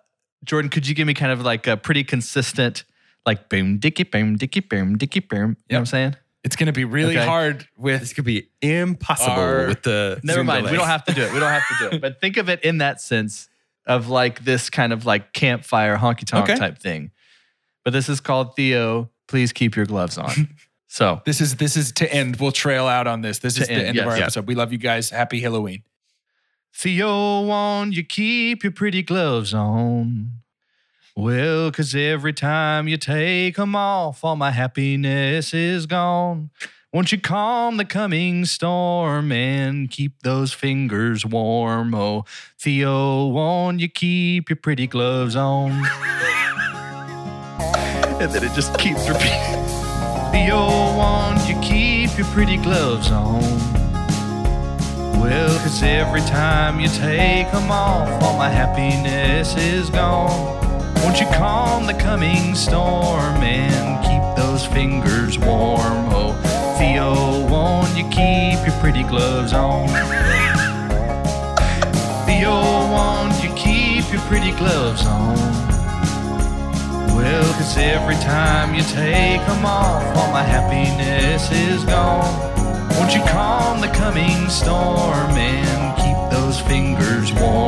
Speaker 2: Jordan, could you give me kind of like a pretty consistent, like boom, dicky, boom, dicky, boom, dicky, boom? You know what I'm saying?
Speaker 3: It's gonna be really
Speaker 2: Okay.
Speaker 3: hard with
Speaker 4: This could be impossible
Speaker 3: Our-
Speaker 4: with the.
Speaker 2: Never
Speaker 4: Zoom
Speaker 2: mind. We
Speaker 4: delay.
Speaker 2: don't have to do it. We don't have to do it. But think of it in that sense of like this kind of like campfire honky tonk
Speaker 3: Okay.
Speaker 2: type thing. But this is called Theo. Please keep your gloves on. so
Speaker 3: This is this is to end. We'll trail out on this. This
Speaker 2: To
Speaker 3: is
Speaker 2: end,
Speaker 3: the end
Speaker 2: yes.
Speaker 3: of our
Speaker 2: Yeah.
Speaker 3: episode. We love you guys. Happy Halloween.
Speaker 2: Theo, won't you keep your pretty gloves on? Well, 'cause every time you take 'em off, all my happiness is gone. Won't you calm the coming storm and keep those fingers warm? Oh, Theo, won't you keep your pretty gloves on? and then it just keeps repeating. Theo, won't you keep your pretty gloves on? Well, 'cause every time you take 'em off, all my happiness is gone. Won't you calm the coming storm and keep those fingers warm? Oh, Theo, won't you keep your pretty gloves on? Theo, won't you keep your pretty gloves on? Well, 'cause every time you take 'em off, all my happiness is gone. Won't you calm the coming storm and keep those fingers warm? Oh,